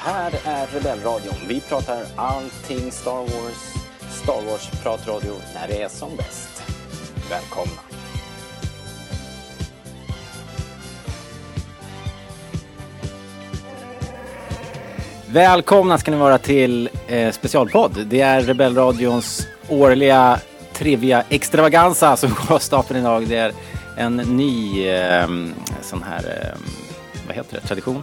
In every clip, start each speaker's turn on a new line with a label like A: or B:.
A: här är Rebellradion. Vi pratar allting Star Wars. Star Wars-pratradio när det är som bäst. Välkomna! Välkomna ska ni vara till eh, specialpodd. Det är Rebellradions årliga trivia extravaganza som går av stapeln idag. Det är en ny eh, sån här, eh, vad heter det, tradition.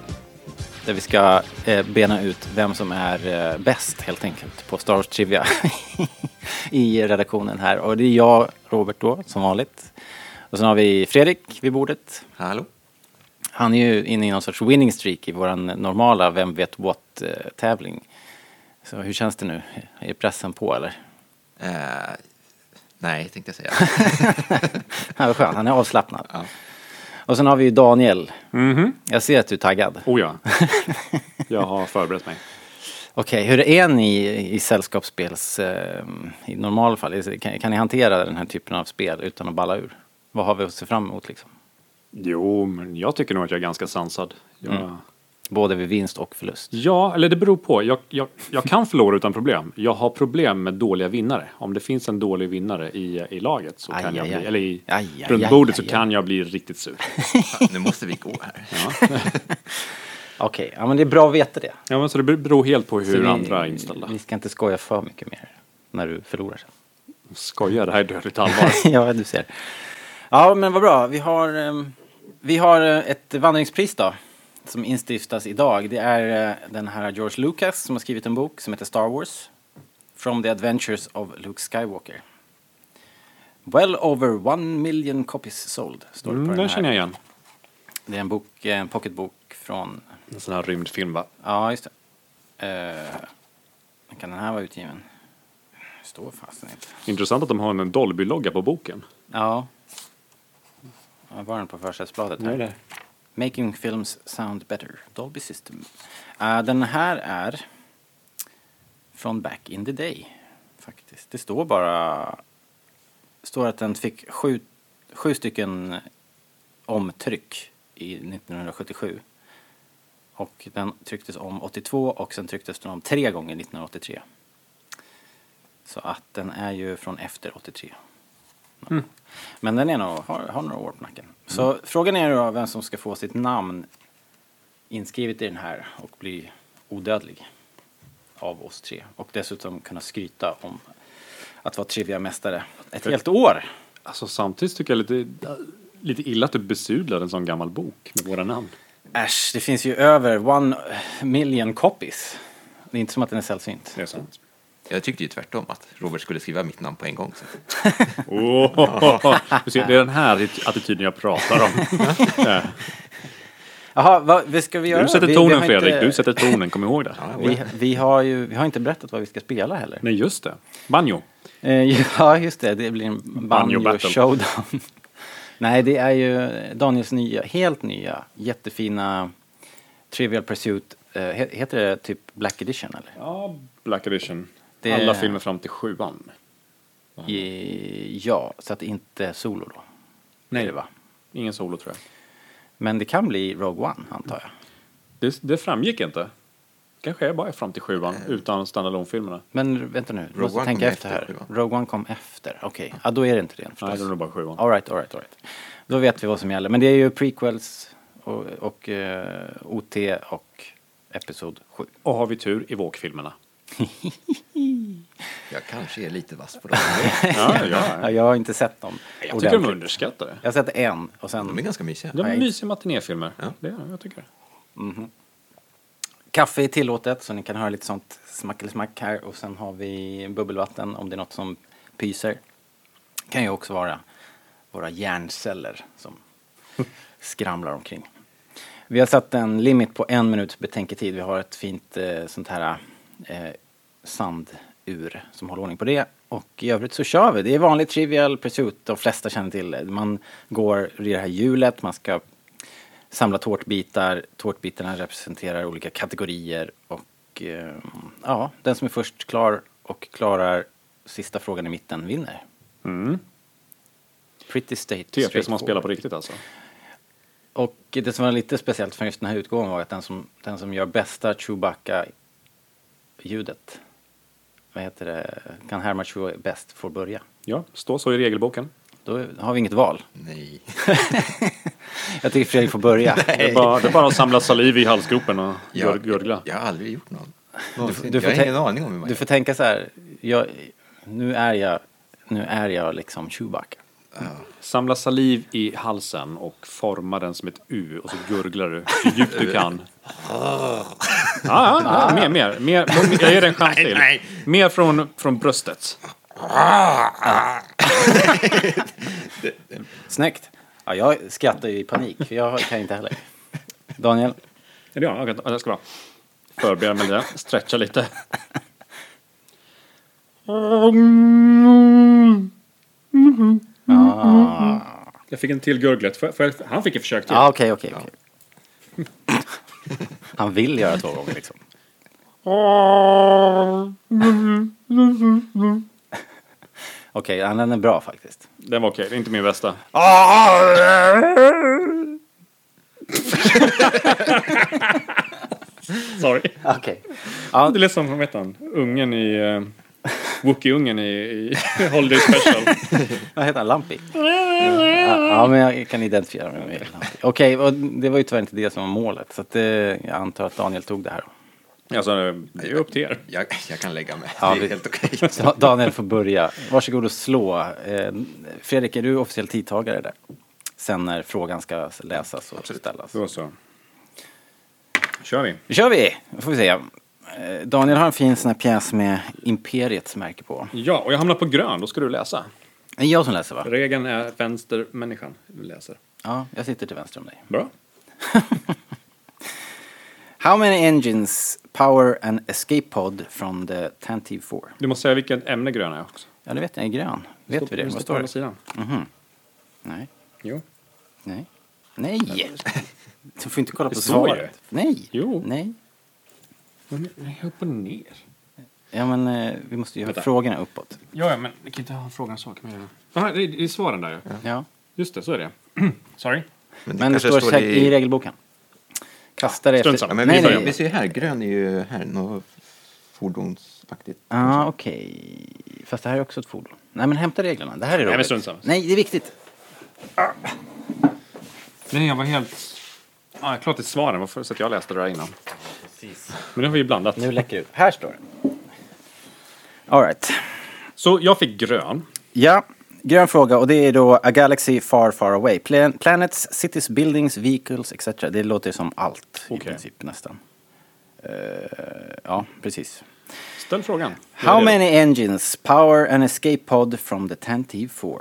A: Där vi ska eh, bena ut vem som är eh, bäst helt enkelt på Star Wars Trivia i redaktionen här. Och det är jag, Robert då, som vanligt. Och sen har vi Fredrik vid bordet.
B: Hallå?
A: Han är ju inne i någon sorts winning streak i våran normala Vem vet what-tävling. Så hur känns det nu? Är pressen på eller?
B: Eh, nej, tänkte jag säga.
A: Han är skön, han är avslappnad.
B: Ja.
A: Och sen har vi ju Daniel.
C: Mhm.
A: Jag ser att du är taggad.
C: Oh ja. Jag har förberett mig.
A: Okej, hur är ni i sällskapsspels... Eh, I normalfall, kan, kan ni hantera den här typen av spel utan att balla ur? Vad har vi att se fram emot liksom?
C: Jo, men jag tycker nog att jag är ganska sansad. Jag,
A: Mm. Både vid vinst och förlust.
C: Ja, eller det beror på. Jag, jag, jag kan förlora utan problem. Jag har problem med dåliga vinnare. Om det finns en dålig vinnare i, i laget så
A: Aj,
C: kan jag
A: aj,
C: bli,
A: aj.
C: eller i
A: Aj, aj,
C: runt
A: aj,
C: bordet
A: aj,
C: så
A: aj.
C: kan jag bli riktigt sur.
B: Fan, nu måste vi gå här.
A: Okej, ja, men det är bra att veta det.
C: Ja, men så det beror helt på
A: Så
C: hur
A: vi-
C: andra är inställda.
A: Vi ska inte skoja för mycket mer när du förlorar sen.
C: Skojar, det här är dödligt allvar.
A: ja, du ser. Ja, men vad bra. Vi har, ehm, vi har eh, ett vandringspris då, som instiftas idag. Det är eh, den här George Lucas som har skrivit en bok som heter Star Wars. From the Adventures of Luke Skywalker. Well over one million copies sold, står det på
C: Mm,
A: den
C: den
A: här.
C: känner jag igen.
A: Det är en bok, eh, en pocketbok från
C: En sån här rymdfilm va?
A: Ja, just det. Eh, När kan den här vara utgiven? Det Står fasen inte.
C: Intressant att de har en Dolby-logga på boken.
A: Ja. Vad var den på försättsbladet? här? Making films sound better. Dolby system. Eh, den här är från back in the day. Faktiskt. Det står bara... står att den fick sju, sju stycken omtryck i 1977. Och den trycktes om 82 och sen trycktes den om tre gånger 1983. Så att den är ju från efter 83. Men den är nog, har, har några år på nacken. Så frågan är då vem som ska få sitt namn inskrivet i den här och bli odödlig av oss tre. Och dessutom kunna skryta om att vara Trivia-mästare ett helt år.
C: Alltså samtidigt tycker jag lite, lite illa att du besudlar en sån gammal bok med våra namn.
A: Äsch, det finns ju över one million copies. Det är inte som att den är sällsynt.
C: Det är sant.
B: Jag tyckte ju tvärtom att Robert skulle skriva mitt namn på en gång. Så.
C: Oh, du ser, det är den här attityden jag pratar om.
A: Jaha, vad vad ska vi göra?
C: Du sätter
A: vi,
C: tonen
A: har
C: Fredrik,
A: inte-
C: du sätter tonen, kom ihåg det.
A: Vi, vi, har ju, vi har inte berättat vad vi ska spela heller.
C: Nej just det, banjo.
A: Eh, Ja, just det. Det blir en
C: Banjo
A: banjo
C: battle.
A: showdown. Nej, det är ju Daniels nya, helt nya, jättefina Trivial Pursuit. eh, he- Heter det typ Black Edition eller?
C: Ja, Black Edition.
A: Det-
C: Alla filmer fram till sjuan.
A: I- Ja, så att det inte är solo då.
C: Nej.
A: Är det va?
C: Ingen solo tror jag.
A: Men det kan bli Rogue One antar jag.
C: Det, det framgick inte. Kanske är bara fram till sjuan utan standalone-filmerna.
A: Men vänta nu, du
B: Rogue
A: måste
B: One
A: tänka
B: kom
A: efter här.
B: efter Rogue
A: Rogue One kom efter, okej. Ja, då är det inte det
C: Nej, det är
A: förstås.
C: nog bara sjuan.
A: All right, all right, all right. Då vet vi vad som gäller. Men det är ju prequels och, och eh, OT och Episod 7.
C: Och har vi tur i vågfilmerna.
B: Jag kanske är lite vass på dem.
C: Ja,
A: Ja,
C: ja.
A: jag har inte sett dem.
C: Jag tycker de
A: ordentligt.
C: är underskattade.
A: Jag har sett en och sen
B: De är ganska mysiga.
C: De är
A: Nej.
C: mysiga matinéfilmer.
B: Ja.
C: Det är de, jag tycker.
A: kaffe är tillåtet så ni kan höra lite sånt smackelsmack här och sen har vi bubbelvatten om det är något som pyser. Kan ju också vara våra hjärnceller som skramlar omkring. Vi har satt en limit på en minuts betänketid. Vi har ett fint eh, sånt här eh, sandur som håller ordning på det. Och i övrigt så kör vi. Det är vanligt trivial pursuit, de flesta känner till det. Man går i det här hjulet, man ska samla tårtbitar. Tårtbitarna representerar olika kategorier och eh, ja, den som är först klar och klarar sista frågan i mitten vinner.
C: Mm.
A: Pretty state
C: TP som man spelar på
A: straightforward.
C: riktigt alltså.
A: Och det som var lite speciellt för just den här utgåvan var att den som, den som gör bästa Chewbacca-ljudet, vad heter det, kan härma Chewie bäst får börja.
C: Ja, står så i regelboken.
A: Då har vi inget val.
B: Nej.
A: Jag tycker Fredrik får börja.
C: Det är bara, det är bara att samla saliv i halsgropen och gör- gurgla.
B: Jag har aldrig gjort någon.
A: får-
B: Någonsin.
A: du får
B: jag har
A: tän-
B: ingen aning om hur man
A: Du
B: gör.
A: får tänka så här, jag, nu, är jag, nu är jag liksom Chewbacca.
C: Samla saliv i halsen och forma den som ett U och så gurglar du så djupt du kan. Ja,
B: Ah.
C: ja, ja, mer, mer, mer. Jag ger dig en chans till.
B: nej.
C: Mer från, från bröstet.
A: Snyggt! Ja, jag skrattar ju i panik, för jag kan inte heller. Daniel?
C: Är det jag? Okej, jag ska bara förbereda mig lite, stretcha lite. Ah. Jag fick en till gurglet. Får jag- får jag- Han fick ett försök till.
A: Ja, okej, okej. okej. Han vill göra två gånger liksom. Okej, okay, den är bra faktiskt.
C: Den var okej, det är inte min bästa. Sorry.
A: Okej. Ja,
C: Det lät som, vad heter han, ungen i... Uh, Wookie-ungen i, i Holiday Special.
A: vad heter han? Lampi? Ja, ja, men jag kan identifiera mig med Lampi. Okej, och det var ju tyvärr inte det som var målet. Så att, eh, jag antar att Daniel tog det här. då.
C: alltså, det är ju upp till er.
B: Jag, jag kan lägga mig.
A: Ja,
B: det är
A: vi-
B: helt okej.
A: Så Daniel får börja. Varsågod och slå. Eh, Fredrik, är du officiell tidtagare där? Sen när frågan ska läsas och ställas.
C: Då så. kör vi.
A: Nu kör vi! Då får vi se. Eh, Daniel har en fin sån här pjäs med Imperiets märke på.
C: Ja, och jag hamnar på grön, då ska du läsa.
A: Det är jag som läser va?
C: Regeln är vänstermänniskan läser.
A: Ja, jag sitter till vänster om dig.
C: Bra.
A: How many engines power an escape pod from the Tantive 4?
C: Du måste säga vilket ämne grön är också.
A: Ja, det vet jag. Är grön. Vet vi det? Vad står
C: det?
A: det?
C: Sidan.
A: Nej.
C: Jo.
A: Nej. Nej! Du får inte kolla på
C: Det står ju.
A: svaret. Nej.
C: Jo.
A: Nej.
C: Men nej, upp och ner.
A: Ja, men eh, vi måste ju ha
C: Vänta.
A: frågorna uppåt.
C: Ja, ja, men vi kan inte ha frågan så. Kan man göra. Aha, det, är, det är svaren där ja.
A: Ja.
C: Just det, så är det. Sorry.
B: Men
A: Men det
B: kanske
A: står, säkert i... regelboken. Kasta det
C: strunt
A: efter...
C: samma.
B: Ja, men
A: nej,
B: vi,
A: nej.
B: vi ser ju här, grön är ju här, något fordonsaktigt.
A: Ja,
C: Liksom.
A: ah, okej. Fast det här är också ett fordon. Nej, men hämta reglerna. Det här är roligt.
C: men strunt samma.
A: Nej, det är viktigt.
C: Nej, jag var helt... Ja, klart det är svaren. Varför så att jag läste det där innan? Men nu har vi ju blandat.
A: Nu läcker det ut. Här står det. All right.
C: Så jag fick grön.
A: Ja, grön fråga. Och det är då A Galaxy Far Far Away. Plan- planets, cities, buildings, vehicles etc. Det låter som allt i
C: Okej.
A: princip nästan. Eh, ja, precis.
C: Ställ frågan. Jag är
A: How
C: redo.
A: many engines power an escape pod from the Tantive 4?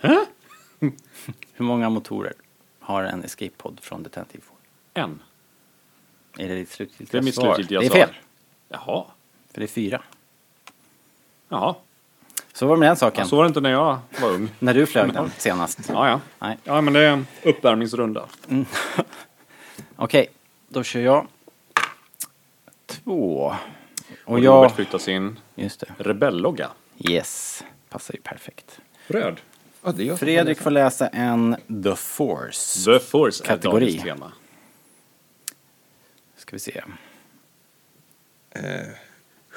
A: Hur många motorer har en escape pod från the Tantive
C: En.
A: 4? Är det ditt slutgiltiga
C: Det är mitt
A: svar?
C: slutgiltiga
A: Det är
C: svar.
A: fel,
C: Jaha.
A: för det är fyra.
C: Jaha.
A: Så var det med den saken.
C: Så var det inte när jag var ung.
A: När du flög den senast.
C: Ja, ja.
A: Nej.
C: Ja, men det är en uppvärmningsrunda.
A: Okej, då kör jag. Två. Och
C: Och Robert
A: jag...
C: flyttar sin
A: Just det.
C: rebellogga.
A: Yes. Passar ju perfekt.
C: Röd.
B: Ja, det är jag som
A: Fredrik
B: får
A: får läsa en The Force.
C: The Force är
A: Kategori.
C: dagens tema.
A: Ska vi se.
B: läsa.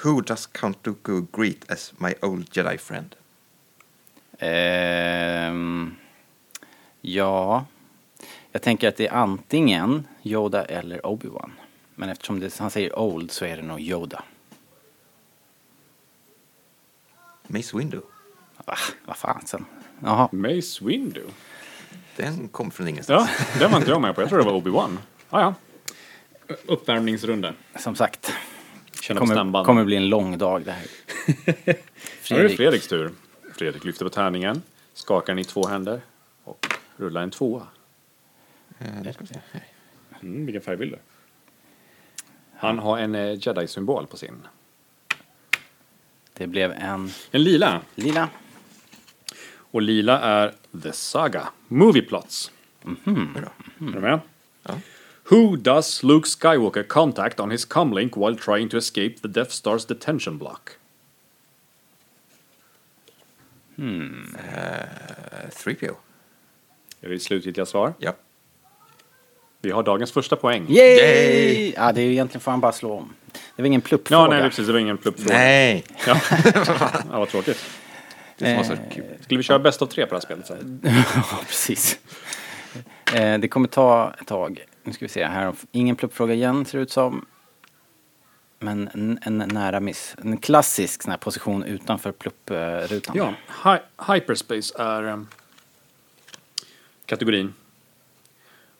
B: Who does Count Dooku greet as my old Jedi friend?
A: Ehm, ja, jag tänker att det är antingen Yoda eller Obi-Wan. Men eftersom det, han säger old så är det nog Yoda.
B: Mace Windu.
A: Ah, vad fan sen. Jaha,
C: Mace Windu.
B: Den kom från ingenstans.
C: Ja, den var inte jag med på. Jag tror det var Obi-Wan. Ja, ja. Ö- Uppvärmningsrunda.
A: som sagt.
C: Känna på
A: Kommer,
C: stämbanden.
A: kommer bli en lång dag det här.
C: Nu är det
A: Fredrik,
C: Fredriks tur. Fredrik lyfter på tärningen, skakar den i två händer och rullar en tvåa.
B: Eh, nu ska vi se. Här.
C: Mm, vilken färg vill du? Han har en eh, jedi-symbol på sin.
A: det blev en
C: En lila.
A: lila.
C: Och lila är The Saga. Movie plots.
B: Bra.
C: Är du med?
B: Ja.
C: Who does Luke Skywalker contact on his comlink while trying to escape the Death Star's detention block?
B: Eh, 3PO.
C: Är det slutgiltiga svar?
B: Ja.
C: Vi har dagens första poäng.
A: Yay!
B: Yay!
A: Ja, det är ju egentligen får han bara slå om. Det var ingen pluppfråga.
C: Ja, nej, precis. Det var ingen pluppfråga.
B: Nej!
C: Ja. ja, vad tråkigt.
B: Det som var så kul.
C: Skulle vi köra bäst av tre på det här spelet sen?
A: Ja, precis. Eh, det kommer ta ett tag. Nu ska vi se här. Ingen pluppfråga igen, ser det ut som. Men en, en nära miss. En klassisk sån här position utanför plupprutan.
C: Ja, hi- hyperspace är ehm, kategorin.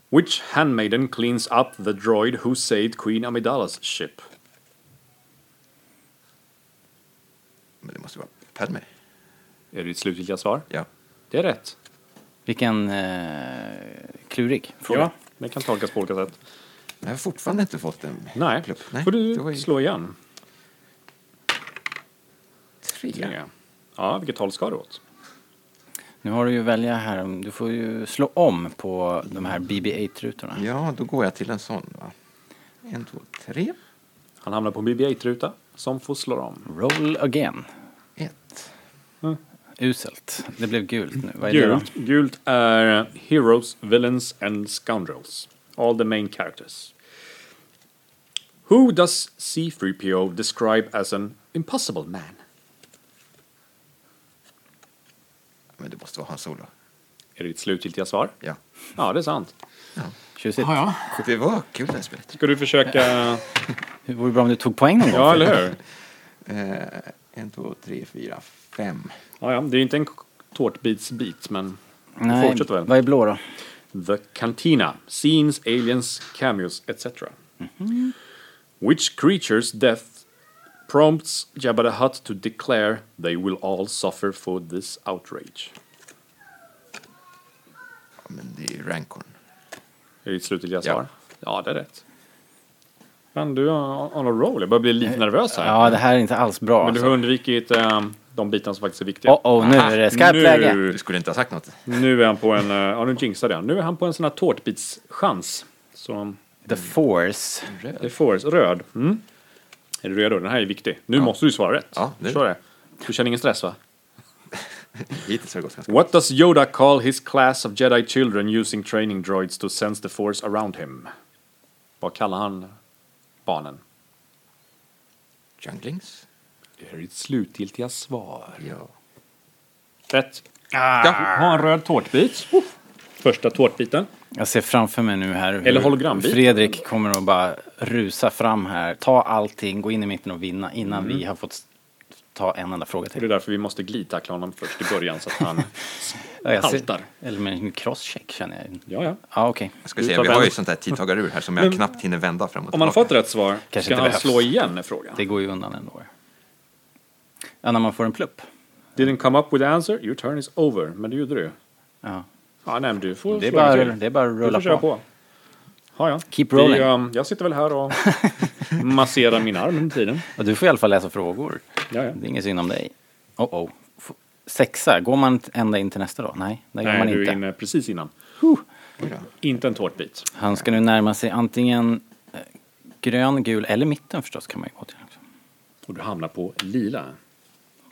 C: Which handmaiden cleans up the droid who saved Queen Amidala's ship?
B: Men det måste ju vara Padme.
C: Är det ditt slutgiltiga svar?
B: Ja.
C: Det är rätt.
A: Vilken eh, klurig fråga.
C: Ja, det kan tolkas på olika sätt.
B: Men jag har fortfarande inte fått en
C: Nej,
B: plupp.
C: får
B: det var
C: du
B: ju
C: slå igen.
B: tre.
C: Ja. ja, vilket håll ska du åt?
A: Nu har du ju att välja här. om- Du får ju slå om på de här BB-8-rutorna.
B: Ja, då går jag till en sån va. En, två, tre.
C: Han hamnar på en BB-8-ruta som får slå om.
A: Roll again.
B: Ett.
A: Uselt. Det blev gult nu. Vad är det då?
C: Gult, gult är Heroes, Villains and Scoundrels. All the main characters. Who does C3PO describe as an impossible man?
B: Men det måste vara Han Solo.
C: Är det ditt slutgiltiga svar?
B: Ja.
C: Ja, det är sant.
A: Tjusigt.
B: Det var kul det här spelet.
C: Ska du försöka...
A: Det vore bra om du tog poäng någon gång.
C: Ja, eller hur?
B: Eh, en, två, tre, fyra, fem.
C: Ja, ja, det är ju inte en k- tårtbitsbit, men...
A: Nej,
C: Fortsätt väl.
A: vad är blå då?
C: The Cantina, Scenes, Aliens, Cameos, etc. Which creature's death prompts Jabba the Hutt to declare they will all suffer for this outrage?
B: Ja, men det är ju Rancorn.
C: Är det ditt slutgiltiga
B: Ja.
C: svar? Ja, det är rätt. Men du är on a roll, jag börjar bli lite nervös här.
A: Ja, det här är inte alls bra.
C: Men du har
A: Alltså.
C: undvikit ehm, de bitarna som faktiskt är viktiga.
A: Oh, oh, nu är det skarpt
C: Nu-
A: läge.
B: Du skulle inte ha sagt något.
C: Nu är han på en, eh, ja nu jinxade jag. Nu är han på en sån här tårtbitschans. Som
A: The Force.
C: Det fårs röd. Mm. Är du redo? Den här är viktig. Nu måste du svara rätt.
B: Ja, nu.
C: Kör det. Du känner ingen stress va?
B: Hittills har det gått ganska
C: What does Yoda call his class of Jedi children using training droids to sense the force around him? Vad kallar han barnen?
B: Junglings?
C: Det är ditt slutgiltiga svar.
B: Ja.
C: Rätt. Ah. Ha en röd tårtbit. Första tårtbiten.
A: Jag ser framför mig nu här hur
C: Eller hologrambil.
A: Fredrik kommer att bara rusa fram här, ta allting, gå in i mitten och vinna innan vi har fått s- ta en enda fråga
C: Och det Mm. är
A: till.
C: därför vi måste glidtackla honom först i början så att han
A: Ja, jag ser-
C: haltar.
A: Eller med en crosscheck känner jag.
C: Ja, ja.
A: Ja, okej.
B: Jag skulle
C: Du
B: säga,
C: tar
B: vi har ju
C: vänd-
B: sånt här tidtagarur här som jag knappt hinner vända fram och
C: Om man har
B: tillbaka.
C: fått rätt svar,
A: Kanske
C: ska
A: inte
C: han
A: behövs.
C: slå igen är frågan.
A: Det går ju undan ändå. Ja, när man får en plupp.
C: Didn't come up with the answer, your turn is over. Men det gjorde du.
A: Ja.
C: Ja, nej, men du får
A: Det, är
C: slå en
A: bara,
C: till.
A: det är bara att
C: Du får
A: rulla
C: köra
A: på.
C: på. Ja, ja.
A: Keep rolling.
C: Det, um, jag sitter väl här och masserar min arm under tiden.
A: Och du får i alla fall läsa frågor.
C: Ja, ja.
A: Det är inget synd om dig. Oh, oh. F- Sexa, går man t- ända in till nästa då? Nej, det gör
C: Nej,
A: man
C: du
A: inte.
C: är inne precis innan.
B: Oj då.
C: Inte en tårtbit.
A: Han ska nu närma sig antingen eh, grön, gul eller mitten förstås kan man ju gå till. Också.
C: Och du hamnar på lila.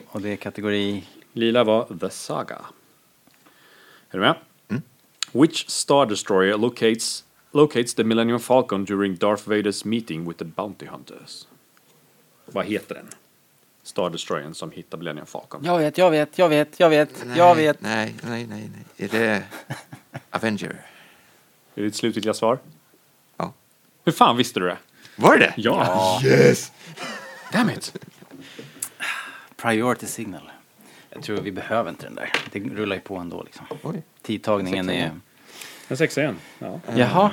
A: Och det är kategori...
C: Lila var The Saga. Är du med?
A: Mm.
C: Which Star Destroyer locates, locates the Millennium Falcon during Darth Vaders meeting with the Bounty Hunters? Vad heter den? Star Destroyern som hittar Millennium Falcon.
A: Jag vet, jag vet, jag vet, jag vet, jag vet.
B: Nej, nej, nej, nej. Är det Avenger?
C: Är det ditt slutgiltiga svar?
B: Ja.
C: Hur fan visste du det?
B: Var det det?
C: Ja!
B: Yes!
C: Damn it!
A: Priority signal. Jag tror vi behöver inte den där. Det rullar ju på ändå liksom.
B: Oj.
A: Tidtagningen
B: Sexa
A: är...
B: igen.
C: En sexa igen. Ja.
A: Jaha.
B: Ja,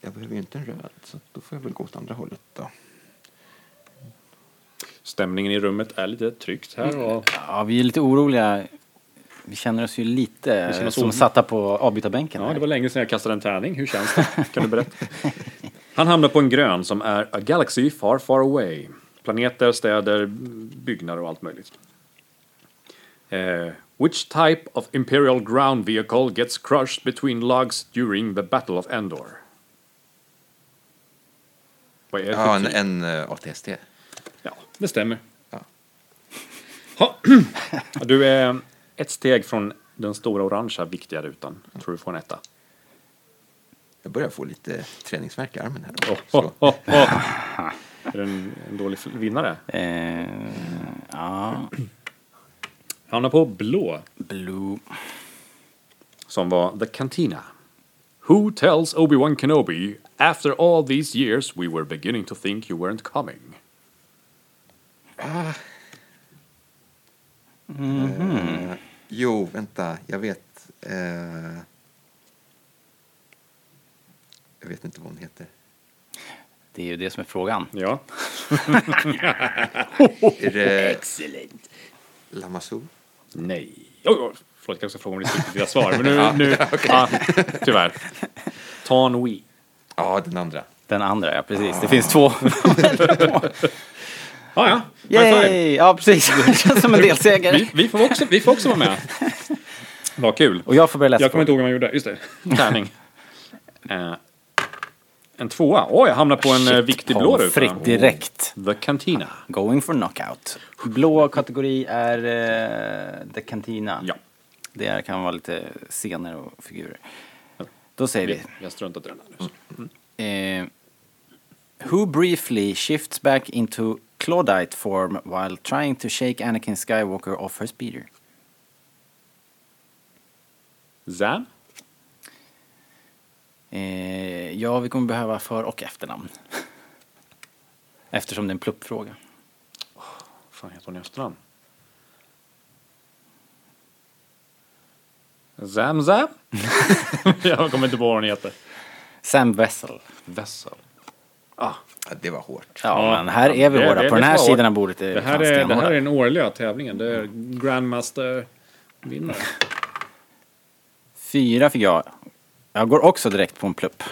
B: jag behöver ju inte en röd, så då får jag väl gå åt andra hållet då.
C: Stämningen i rummet är lite tryckt här. Och
A: Ja, vi är lite oroliga. Vi känner oss ju lite
C: Vi känner oss
A: som
C: oro-
A: satta på avbytarbänken.
C: ja,
A: här.
C: det var länge sedan jag kastade en tärning. Hur känns det? Kan du berätta? Han hamnar på en grön som är A Galaxy Far Far Away. Planeter, städer, byggnader och allt möjligt. Eh, which type of Imperial ground vehicle gets crushed between logs during the Battle of Endor? Vad är det för
B: Ja, en,
C: typ?
B: en eh, ATST.
C: Ja, det stämmer.
B: Ja.
C: Ha. Du är ett steg från den stora orangea viktiga rutan. Jag tror du får en etta.
B: Jag börjar få lite träningsvärk i armen här.
C: Ho,
B: Så,
C: ho, ho. Är det en, en dålig vinnare?
A: Eh, ja,
C: Hamnar på blå,
A: blue.
C: som var The Cantina. Who tells Obi-Wan Kenobi after all these years we were beginning to think you weren't coming?
B: jo, vänta, jag vet. Eh, jag vet inte vad hon heter.
A: Det är ju det som är frågan.
C: Ja,
B: Är det
A: Excellent.
B: Lamassu?
C: nej. Oj, oj, förlåt, jag ska fråga om det slutgiltiga svar. Men nu, nu ah, tyvärr. Tan Wee.
B: Ja, den andra.
A: Den andra, ja precis. Det finns två.
C: Ah, ja, High five.
A: Yay! Ja, precis. Det känns som en delseger.
C: Vi, vi, får också, vi får också vara med. Vad kul.
A: Och jag får börja läsa
C: Jag kommer inte ihåg hur man gjorde. Just det. Tärning. Eh, en tvåa. Oj, jag hamnar på en eh, viktig blå
A: pommes
C: ruta.
A: frites direkt.
C: The Cantina.
A: Going for knockout. Blå kategori är uh, The Cantina.
C: Ja.
A: Det här kan vara lite scener och figurer. Då säger vi.
C: Jag struntar i den här nu.
A: Eh, who briefly shifts back into Claudite form while trying to shake Anakin Skywalker off her speeder?
C: Zan?
A: Eh, ja, vi kommer behöva för och efternamn. Eftersom det är en pluppfråga.
C: Vad fan heter hon i efternamn? Zam Zam? jag kommer inte på vad hon heter.
A: Sam Vessel.
C: Vessel.
B: Ja, det var hårt.
A: Ja,
C: Ja,
A: men här är vi
C: det-
A: hårda.
C: det-
A: På
C: det
A: den här
C: var-
A: sidan av bordet är
C: Det
A: vi
C: här,
A: fan
C: är, det här
A: stenhårda.
C: är den årliga tävlingen. Det är Grandmaster-vinnare.
A: Fyra fick jag. Jag går också direkt på en plupp.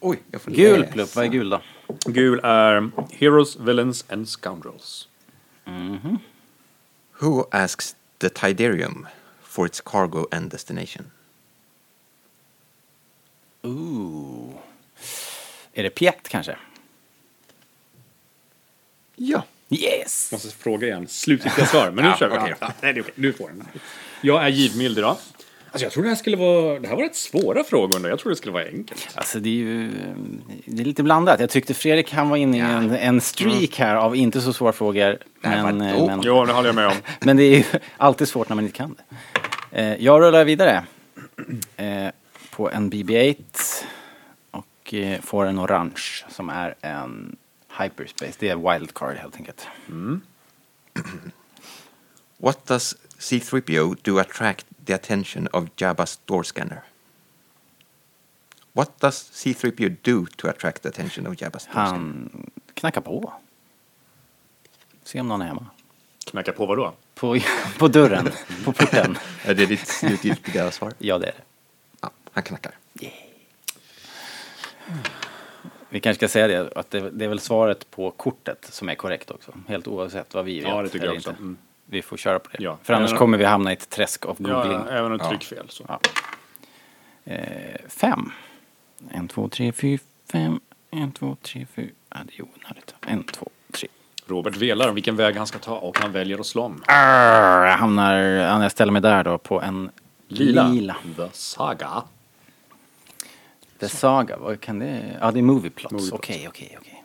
B: Oj, jag får
A: Gul
B: läsa.
A: plupp, vad är gul då?
C: Gul är Heroes, Villains and Scoundrels.
B: Who asks the Tidarium for its cargo and destination?
A: Ooh. Är det pjätt kanske?
B: Ja.
A: Yes!
C: Måste fråga igen. Slutgiltiga svar. Men nu
B: Ja,
C: kör vi.
B: okej då.
C: Ja, nej, det är okej. Nu får jag den. Jag är givmild idag. Alltså jag trodde det här skulle vara... Det här var rätt svåra frågor ändå. Jag trodde det skulle vara enkelt.
A: Alltså det är ju det är lite blandat. Jag tyckte Fredrik han var inne i en, en streak här av inte så svåra frågor.
B: Mm. Nej,
A: Men,
B: vadå?
A: eh, men,
C: Jo, det håller jag med om.
A: men det är ju alltid svårt när man inte kan det. Eh, Jag rullar vidare eh, på en BB-8 och eh, får en orange som är en hyperspace. Det är wildcard helt enkelt.
B: What does C3PO do attract the attention of Jabba's door scanner? What does C3PO do to attract the attention of Jabba's door scanner?
A: Han knackar på. Se om någon är hemma.
C: Knacka på vadå?
A: På, på dörren, på porten.
B: Är det ditt slutgiltiga svar?
A: Ja, det är det.
B: Ja, han knackar.
A: Vi kanske ska säga det, att det, det är väl svaret på kortet som är korrekt också. Helt oavsett vad vi vet
C: Ja, det tycker
A: eller
C: jag också. Mm.
A: Vi får köra på det.
C: Ja.
A: För annars
C: Även-
A: kommer vi hamna i ett träsk av googling.
C: Ja, även ett
B: Ja.
C: tryckfel. Så.
A: Ja. Eh, fem. En, två, tre, fyra, fem. En, två, tre, fyra. Ja, det är onödigt. En, två, tre.
C: Robert velar om vilken väg han ska ta och han väljer att slå om.
A: Arr, jag hamnar, ja, jag ställer mig där då på en
C: Lila.
A: lila.
C: The Saga.
A: The Saga, vad kan det... Ja, det är Movie Plots.
C: Movie
A: Okej, okej, okej.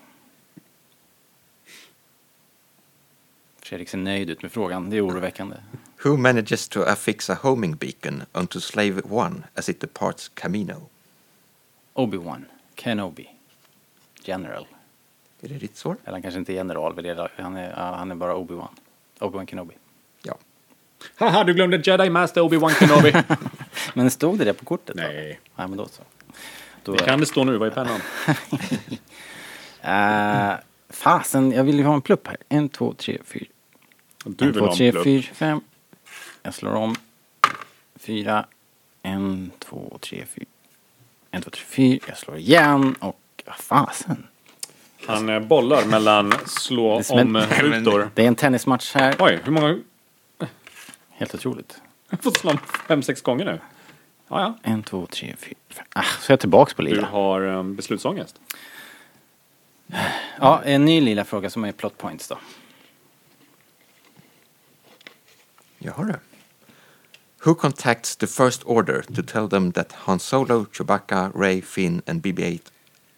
A: Fredrik ser nöjd ut med frågan. Det är oroväckande.
B: Who manages to affix a homing beacon onto Slave One as it departs Camino?
A: Obi-Wan, Kenobi, General.
B: Är det ditt svar?
A: Eller han kanske inte är general, men det är- han är, ja, han är bara Obi-Wan. Obi-Wan Kenobi.
B: Ja.
C: Haha, du glömde Jedi Master Obi-Wan Kenobi.
A: Men stod det det på kortet? då?
C: Nej.
A: Nej, men då så. Då,
C: det kan det stå nu. Vad är pennan?
A: Eh, fasen, jag vill ju ha en plupp här. En, två, tre, fyra.
C: Du
A: en,
C: vill ha
A: två,
C: en
A: tre,
C: plupp.
A: fyra, fem. Jag slår om. Fyra. En, två, tre, fyra. En, två, tre, fyra. Jag slår igen och... ah, Fasen.
C: Han eh, bollar mellan slå
A: Det smäll-
C: om-rutor.
A: Det är en tennismatch här.
C: Oj, hur många...
A: Helt otroligt.
C: Jag har fått slå om fem, sex gånger nu. Ja, ja.
A: En, två, tre, fyra, fem. Ah, så är jag tillbaks på
C: Du
A: lila.
C: har um, beslutsångest.
A: Ja, en ny lila fråga som är plot points då.
B: Jaha du. Who contacts the First Order to tell them that Han Solo, Chewbacca, Rey, Finn, and BB-8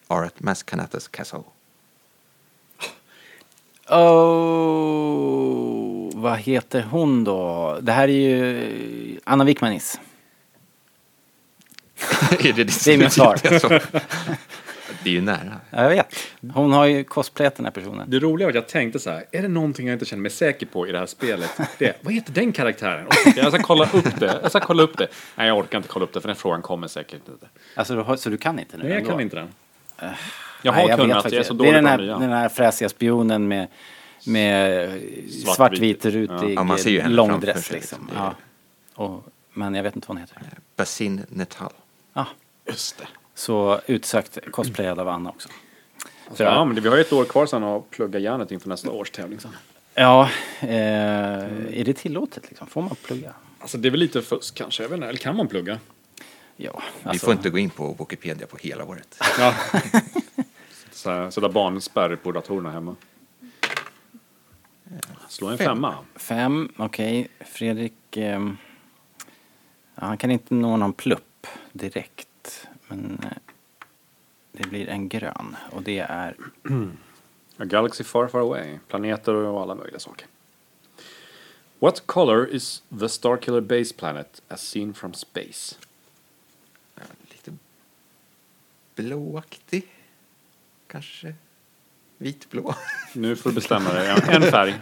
B: are at Mas Kanata's castle?
A: Oh, vad heter hon då? Det här är ju Anna Wickmanis.
B: är det,
A: Det är mitt svar.
B: det är ju nära.
A: Ja, Jag vet. Hon har ju cosplayat den här personen.
C: Det roliga var att jag tänkte så här, är det någonting jag inte känner mig säker på i det här spelet? Det, vad heter den karaktären? Och så tänkte Jag jag ska kolla upp det. Jag ska kolla upp det. Nej, jag orkar inte kolla upp det för den frågan kommer säkert inte.
A: Alltså, du har, så du kan inte nu?
C: Nej, jag
A: ändå?
C: kan inte den. Jag har
A: Nej, vet
C: kunnat,
A: faktiskt.
C: jag är så
A: Det är
C: dålig på
A: den här,
C: den nya.
A: den här fräsiga spionen med, med svartvit rutig
B: Ja, man ser ju henne
A: lång
B: framför
A: dress
B: sig,
A: liksom.
B: liksom.
A: Ja. Och, men jag vet inte vad hon heter.
B: Basin Netal.
A: Ja.
B: Just det.
A: Så utsökt cosplayad av Anna också. Så,
C: Alltså, Ja, men det- vi har ju ett år kvar sen att plugga järnet inför nästa års tävling sen.
A: Ja, eh, är det tillåtet liksom? Får man plugga?
C: Alltså det är väl lite fusk kanske, jag vet inte. Eller kan man plugga?
A: Ja,
B: Vi
A: alltså,
B: får inte gå in på Wikipedia på hela året.
C: Ja. så här, sätta barnspärr på datorerna hemma. Slå en
B: Fem.
C: femma.
A: Fem, okej. Fredrik, ehm, ja, han kan inte nå någon plupp direkt. Men eh, det blir en grön och det är
C: A galaxy far far away. Planeter och alla möjliga saker. What color is the Starkiller base planet as seen from space?
B: Ja, Lite blåaktig, kanske. Vitblå.
C: Nu får du bestämma dig. Ja, En färg.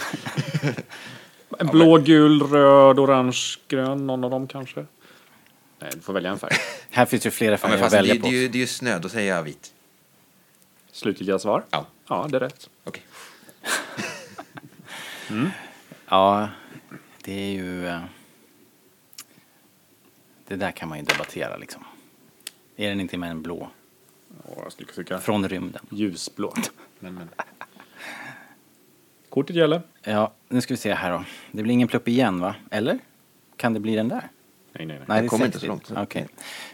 C: En blå, gul, röd, orange, grön. Någon av dem kanske? Nej, du får välja en färg.
A: Här finns ju flera
B: Ja,
A: färger
B: men
A: att
B: fast det,
A: välja
B: är- det,
A: på.
B: är ju, det är ju snö, då säger jag vit.
C: Slutgiltiga svar?
B: Ja.
C: Ja, det är rätt.
B: Okej.
A: Ja, det är ju... eh, Det där kan man ju debattera liksom. Är den inte med en blå?
C: Åh, jag skulle tycka
A: Från rymden.
C: ljusblå. Men, men. Kortet gäller.
A: Ja, nu ska vi se här då. Det blir ingen plupp igen va? Eller? Kan det bli den där?
C: Nej, nej, nej.
A: Nej,
B: Jag kommer inte så
A: säkert-
B: långt.
A: Okej.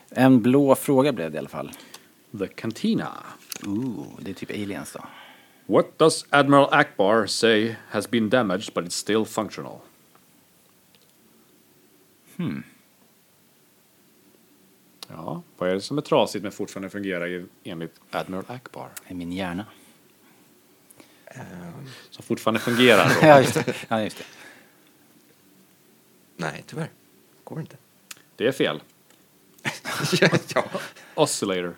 A: En blå fråga blev det i alla fall.
C: The Cantina.
A: Ooh, det är typ aliens då.
C: What does Admiral Akbar say has been damaged but it's still functional? Hmm. Ja, vad är det som är trasigt men fortfarande fungerar ju enligt Admiral Akbar?
A: I min hjärna.
C: Som fortfarande fungerar då?
A: ja, just det. Ja, just det.
B: Nej, tyvärr. Går inte.
C: Det är fel.
B: ja, ja.
C: Oscillator.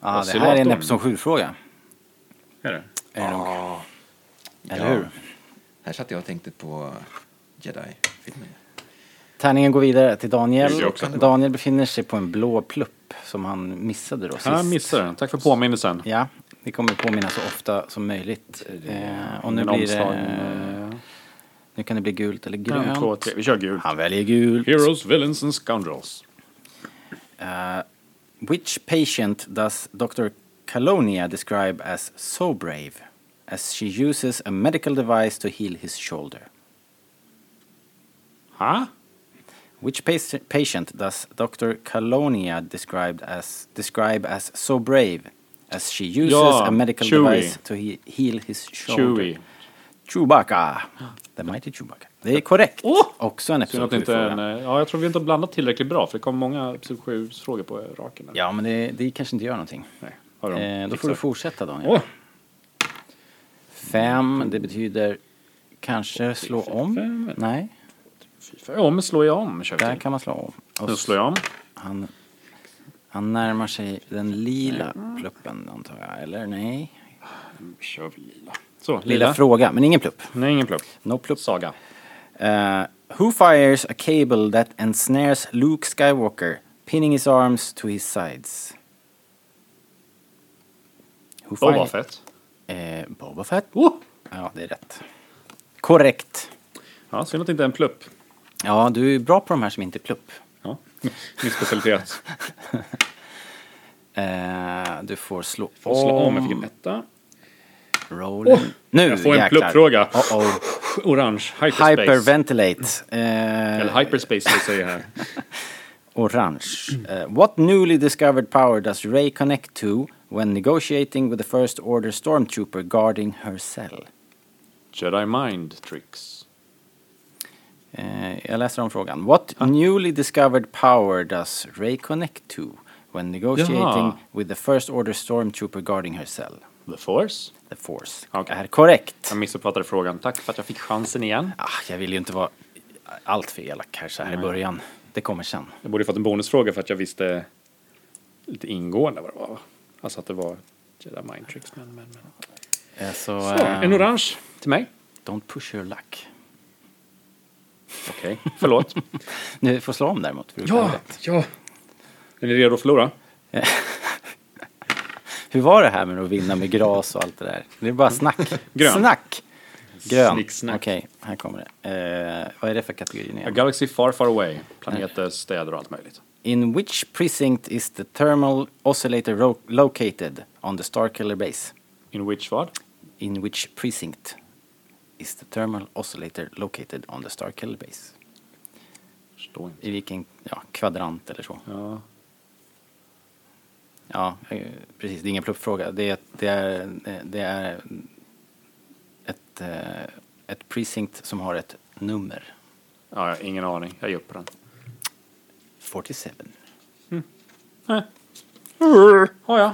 A: Ja, det här är en
C: Oscillatorn.
A: Epson 7-fråga.
C: Är det?
A: Är det nog. Eller
B: Ja.
A: hur?
B: Här satt jag och tänkte på Jedi-filmen.
A: Tärningen går vidare till Daniel.
B: Det är också.
A: Daniel befinner sig på en blå plupp som han missade då sist.
C: Han missar den. Tack för påminnelsen.
A: Ja, vi kommer påminna så ofta som möjligt. Eh, och nu,
C: Ingen
A: blir
C: omslag,
A: det,
C: men, eh,
A: nu kan det bli gult eller
C: en, två,
A: grönt.
C: tre. Vi kör gult.
A: Han väljer gult.
C: Heroes, villains and scoundrels.
A: Which patient does Dr. Calonia describe as so brave as she uses a medical device to heal his shoulder?
C: Ha?
A: Which pas- patient does Dr. Calonia described as describe as so brave as she uses
C: Ja,
A: a medical
C: Chewie.
A: device to he- heal his shoulder?
C: Chewie.
A: Chewbacca. The mighty Chewbacca. Det är korrekt.
C: Åh!
A: Också en
C: Synd
A: episod
C: att det inte är en,
A: 7-fråga.
C: eh, ja, jag tror vi inte har blandat tillräckligt bra för det kom många Episod 7-frågor på raken. där.
A: Ja, men det, det kanske inte gör någonting.
C: Nej, har de
A: Eh, då
C: fixat.
A: får du fortsätta Daniel.
C: Åh,
A: Fem, det betyder kanske slå
C: fyra,
A: om.
C: fem, eller?
A: Nej,
C: fy fan. om slår jag om, kör vi
A: där
C: till.
A: kan man slå om.
C: Nu
A: Och
C: slår jag om.
A: han, han närmar sig den lila pluppen antar jag, eller nej?
C: Kör vi lila. Så,
A: Lila,
C: lila.
A: fråga, men ingen plupp.
C: Nej, ingen plupp.
A: No plupp.
C: Saga.
A: Eh, who fires a cable that ensnares Luke Skywalker, pinning his arms to his sides? Who
C: Åh,
A: fire-
C: vad fett.
A: Eh, Boba Fett.
C: Oh!
A: Ja, det är rätt. Korrekt.
C: Ja, synd att det inte är en plupp.
A: Ja, du är bra på de här som inte är plupp.
C: Ja. Min specialitet.
A: Eh, du får slå
C: Får slå om, jag fick en etta.
A: Rollen. nu
C: jag får en
A: jäklar.
C: pluppfråga.
A: Uh-oh.
C: Orange, hyperspace.
A: Hyperventilate. Eh,
C: Eller hyperspace, som vi säger här.
A: orange. Eh, what newly discovered power does Ray connect to when negotiating with the First Order stormtrooper guarding her cell?
C: Jedi mind tricks.
A: Eh, jag läser om frågan. What newly discovered power does Ray connect to when negotiating
C: Jaha.
A: with the first order stormtrooper guarding her cell?
C: The Force?
A: The force.
C: Okej.
A: Är korrekt.
C: Jag missuppfattade frågan. Tack för att jag fick chansen igen.
A: Ah, jag vill ju inte vara allt för elak här så här i början. Det kommer sen.
C: Jag borde fått en bonusfråga för att jag visste lite ingående vad det var. Alltså att det var Jedi mind tricks. Men, men, men.
A: Eh, Så,
C: Så, en
A: ehm,
C: orange till mig.
A: Don't push your luck.
C: Okej, förlåt.
A: Nu får slå om däremot. för du kan ha
C: ja,
A: rätt.
C: ja. Är ni redo att förlora?
A: Hur var det här med att vinna med gras och allt det där? Det är bara snack.
C: Grön.
A: Snack! Grön. Okej,
C: Snicksnack.
A: här kommer det. Eh, vad är det för kategori nu
C: A
A: igen?
C: galaxy far far away. Planeter, städer och allt möjligt.
A: In which precinct is the thermal oscillator ro- located on the Starkiller base?
C: In which vad?
A: In which precinct is the thermal oscillator located on the Starkiller base?
C: Förstår inte.
A: I vilken ja, kvadrant eller så?
C: Ja.
A: Ja, eh, precis. Det är ingen pluppfråga. Det är, ett- det är, eh, det är ett, eh, ett precinct som har ett nummer.
C: Ja, jag har ingen aning. Jag ger upp på den.
A: 47.
C: Har jag?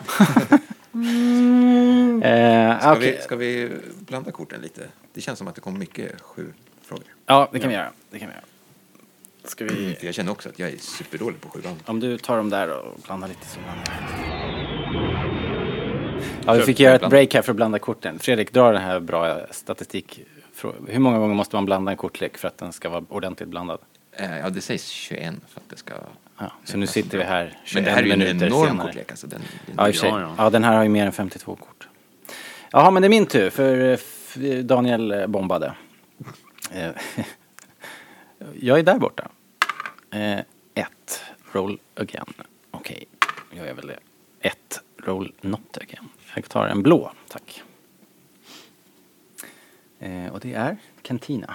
A: Eh,
B: Ska,
A: okej.
B: vi, ska vi blanda korten lite? Det känns som att det kom mycket sju frågor.
A: Ja, det kan vi göra. Det kan vi göra. Ska vi...
B: För jag känner också att jag är superdålig på sjuan.
A: Om du tar dem där och blandar lite så blandar jag. Ja, vi fick
B: Kör.
A: göra ett break här för att blanda korten. Fredrik, dra den här bra statistik. Hur många gånger måste man blanda en kortlek för att den ska vara ordentligt blandad?
B: Eh, Ja, det sägs 21 för att det ska...
A: Ja, så nu sitter vi här 21
B: Men det här är ju en
A: minuter
B: enorm
A: senare.
B: kortlek. Alltså, den, den,
A: Ja, i och för sig.
C: Ja,
A: Ja,
C: ja.
A: den här har ju mer än 52 kort. Jaha, men det är min tur, för eh, f- Daniel eh, bombade. Eh, jag är där borta. Eh, ett, roll again. Okej, jag gör jag väl det. Ett, roll not again. Jag tar en blå, tack. Eh, och det är Cantina.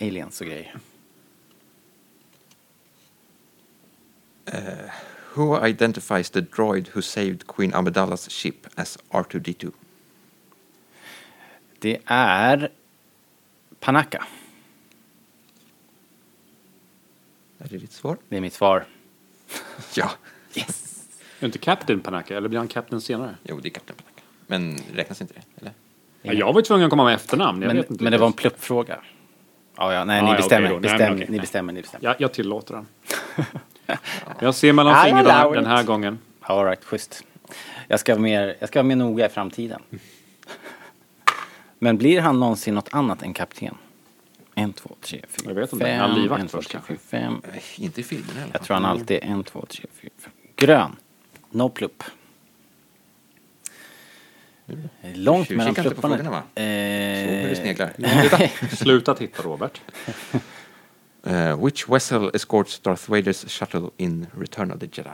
A: Aliens och grejer.
B: Who identifies the droid who saved Queen Amidala's ship as R2D2?
A: Det är Panaka.
B: Är det ditt svar?
A: Det är mitt svar.
B: Ja.
C: Är inte Captain Panaka, eller blir han Captain senare?
B: Jo, det är Kapten Panaka. Men räknas inte det? Eller?
C: Ja, jag var ju tvungen att komma med efternamn. Jag
A: Men,
C: vet inte
A: men det var en
C: riktigt.
A: pluppfråga. Ja, ja, nej,
C: Ja,
A: ni
C: ja,
A: bestämmer.
C: okej då. Nej,
A: bestäm,
C: men okej.
A: ni bestämmer, ni bestämmer.
C: jag, jag tillåter den. jag ser mellan
A: I'll
C: fingrarna
A: allow
C: den
A: it.
C: här gången.
A: All right, schysst. Jag ska, vara mer, jag ska vara mer noga i framtiden. Men blir han någonsin något annat än kapten? En, två, tre, fyra,
C: Jag vet inte.
A: fem.
C: Är han livvakt
A: en, två,
C: först,
A: tre,
C: kanske?
A: fyra, fem.
B: Nej, inte i filmen heller.
A: Jag tror han alltid är en, två, tre, fyra, fem. Grön. No plupp.
C: Mm.
A: Det är Långt
B: Tjuvkika
A: mellan
B: inte på
A: plupparna.
B: frågorna, va?
A: Eh,
B: Så hur du sneglar.
C: Sluta titta, Robert.
B: Eh, which vessel escorts Darth Vaders shuttle in Return of the Jedi?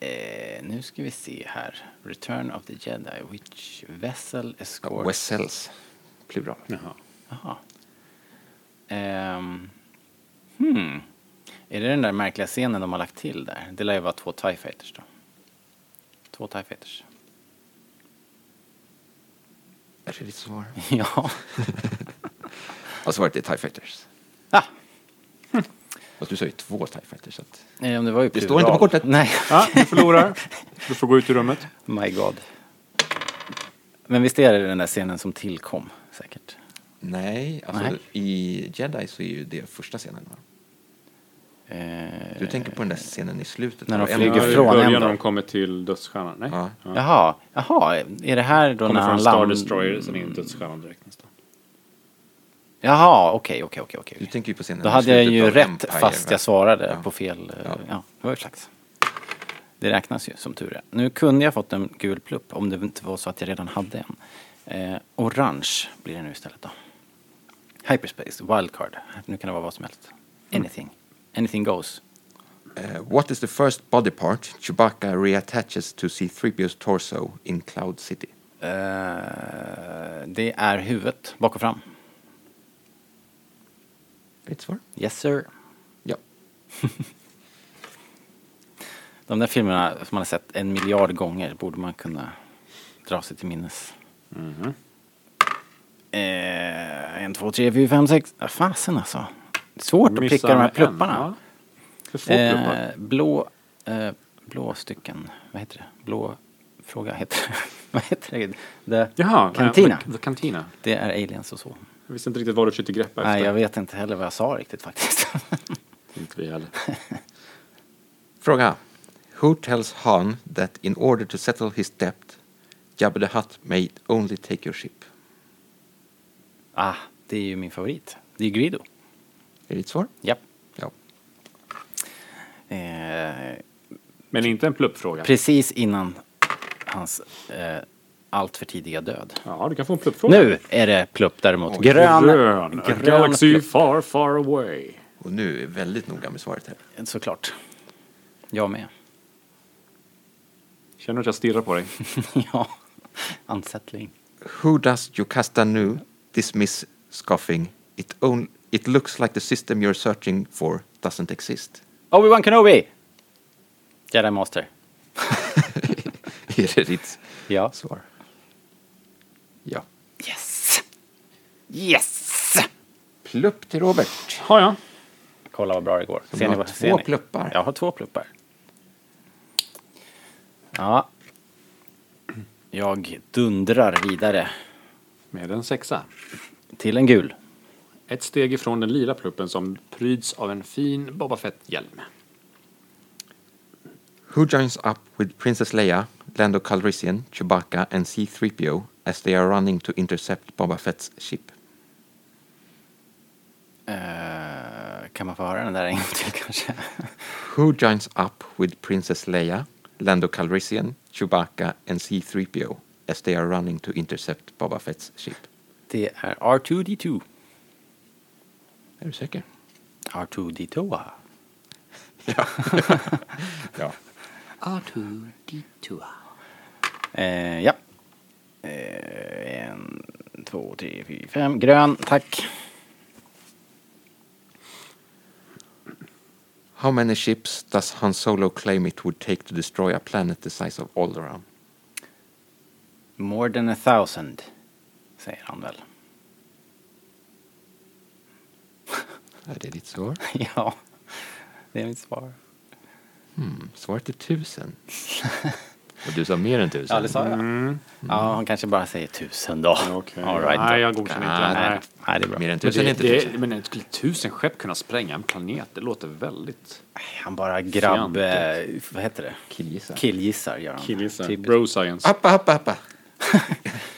A: Eh, nu ska vi se här. Return of the Jedi, which vessel escorts...
B: Vessels, plural.
C: Jaha.
A: Jaha. Ehm, hmm. Är det den där märkliga scenen de har lagt till där? Det lär ju vara två TIE Fighters då. Två TIE Fighters.
B: Är det ditt svar?
A: ja.
B: Ja, svaret är TIE Fighters.
A: Ah,
B: Fast du sa ju två TIE Fighters. Så att...
A: eh, det var ju
B: Det står inte
A: plural.
B: på kortet.
A: Nej,
C: Ja, du förlorar. Du får gå ut ur rummet.
A: my god. Men visst är det den där scenen som tillkom, säkert?
B: Nej, alltså
A: Nej.
B: i Jedi så är ju det första scenen. Va?
A: Eh,
B: Du tänker på den där scenen i slutet.
A: När de
B: Det var en-
A: flyger
C: Ja, I
A: från
C: början
A: ändå.
C: när de kommer till dödsstjärnan. Nej.
B: Ja.
A: Jaha, jaha, är det här Mm. då
C: Kommer
A: när
C: från
A: han
C: Star
A: landar?
C: Destroyer, sen in i dödsstjärnan direkt nästan.
A: Jaha, okej, okej, okej. okej.
B: Du tänker ju på scenen
A: Då
B: i
A: hade jag
B: slutet
A: ju
B: av
A: rätt
B: Empire,
A: fast
B: va?
A: jag svarade
B: Ja.
A: på fel... eh,
B: Ja.
A: Ja, det var ju slags. Det räknas ju som tur är. Nu kunde jag fått en gul plupp om det inte var så att jag redan hade en. Eh, orange blir det nu istället då. Hyperspace, wildcard. Nu kan det vara vad som helst. Anything. Anything goes.
B: Eh, what is the first body part Chewbacca reattaches to C3PO's torso in Cloud City?
A: Eh, det är huvudet, bak och fram.
B: Är det ett svar?
A: Yes sir.
B: Ja.
A: De där filmerna som man har sett en
C: Mhm.
A: miljard gånger borde man kunna dra sig till minnes. Eh, en, två, tre, fyra, fem, sex. Ah, fasen alltså. Det är svårt att pricka de här plupparna.
C: För få pluppar.
A: Eh, blå, eh, blå stycken. Vad heter det? Blå fråga heter det. Vad heter det? det?
C: Jaha, eh,
A: Kantina.
C: the- the Kantina.
A: Det är aliens och så.
C: Jag visste inte riktigt vad du försökte greppa efter.
A: Nej, jag vet inte heller vad jag sa riktigt faktiskt.
C: Inte vi heller.
B: Fråga. Who tells Han that in order to settle his debt, Jabba the Hutt may only take your ship?
A: ah, det är ju min favorit. Det är Grido.
B: Är det ett svar?
A: Japp.
B: Ja.
A: Eh,
C: Men inte en pluppfråga.
A: precis innan hans eh, allt för tidiga död.
C: Ja, du kan få en pluppfråga.
A: Nu är det plupp däremot.
B: Oj,
A: grön.
C: Grön. A Galaxy
A: plupp.
C: far, far away.
B: Och nu är jag väldigt noga med svaret här.
A: Såklart. Jag med.
C: Känner du att jag stirrar på dig?
A: ja. Ansättling.
B: Who does Yocasta Nu dismiss scoffing? It, on, it looks like the system you're searching for doesn't exist.
A: Obi-Wan Kenobi! Jedi Master.
B: är det ditt
A: Ja.
B: svar? Ja.
A: Yes! Yes!
B: Plupp till Robert.
C: Ja, ja.
A: Kolla vad bra det går. Ser
B: har
A: ni vad,
B: två
A: ser ni?
B: pluppar.
A: Jag har två pluppar. Ja. Jag dundrar vidare
C: Med en sexa.
A: till en gul.
C: Ett steg ifrån den lila pluppen som pryds av en fin Boba Fett-hjälm.
B: Who joins up with Princess Leia, Lando Calrissian, Chewbacca and C-3PO as they are running to intercept Boba Fett's ship?
A: Eh, kan man få höra den där en gång till kanske?
B: Who joins up with Princess Leia, Lando Calrissian, Chewbacca and C-3PO as they are running to intercept Boba Fett's ship?
A: Det är R2D2.
B: Är du säker?
A: R2D2. va?
B: Ja.
A: Eh, ja. Eh, en, två, tre, fyra, fem. Grön, tack.
B: How many ships does Han Solo claim it would take to destroy a planet the size of Alderaan?
A: More than a thousand, säger han väl.
B: Är det ditt svar?
A: ja, det är mitt svar.
B: Mm, svaret är tusen. Och du sa mer än tusen.
A: Ja, det sa jag. Ja, han kanske bara säger tusen då. All right.
C: Nej,
A: då.
C: jag godkänner inte den.
A: Nej,
C: Nej.
A: nej, det är bra.
B: Mer än
C: Men,
B: tusen är
C: det,
B: inte tusen.
C: det, men skulle tusen skepp kunna spränga en planet? Det låter väldigt...
A: Han bara grabb... Eh,
C: Fjantigt.
A: vad heter det?
B: Killgissa.
A: Killgissar gör han. Typ Typiskt.
C: Bro science.
B: Hoppa, hoppa, hoppa!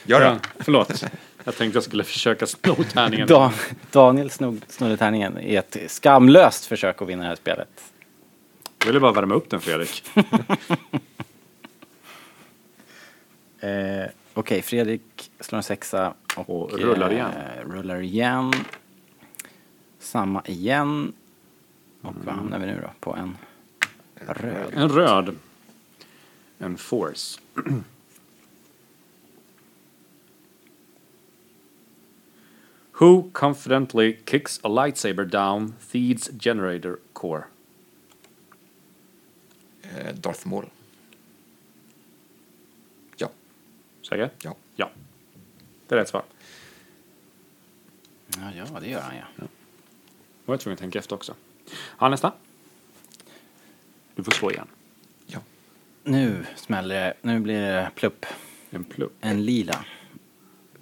B: Gör
C: Ja,
B: det!
C: förlåt. Jag tänkte jag skulle försöka sno tärningen.
A: Dan, Daniel snog, snodde tärningen i ett skamlöst försök att vinna det här spelet.
C: Jag ville bara värma upp den, Fredrik.
A: Eh, Okej, Fredrik slår en sexa och,
C: Och rullar igen.
A: eh, rullar igen. Samma igen. Och vad hamnar vi nu då? På en röd.
C: En röd. En force. Who confidently kicks a lightsaber down Theed's generator core?
B: Eh, Darth Maul. Ja.
C: Säker?
B: Ja.
C: Ja. Det är rätt svar.
A: Ja, ja, det gör han ja.
C: Jag var tvungen att tänka efter också. Ja, nästa. Du får slå igen.
B: ja.
A: Nu smäller det. Nu blir det plupp.
C: En plupp.
A: En lila.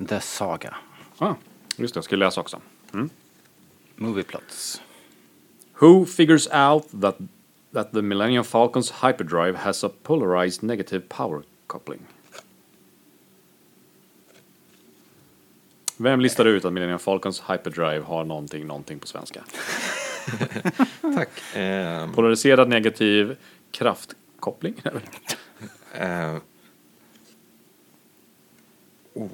A: The Saga.
C: Ah, just det, jag skulle läsa också.
A: Movie plots.
C: Who figures out that, that the Millennium Falcon's hyperdrive has a polarized negative power coupling? Vem listade ut att Millennium Falcons hyperdrive har någonting, någonting på svenska?
B: Tack. Ehm,
C: Polariserad negativ kraftkoppling?
B: eh, oh.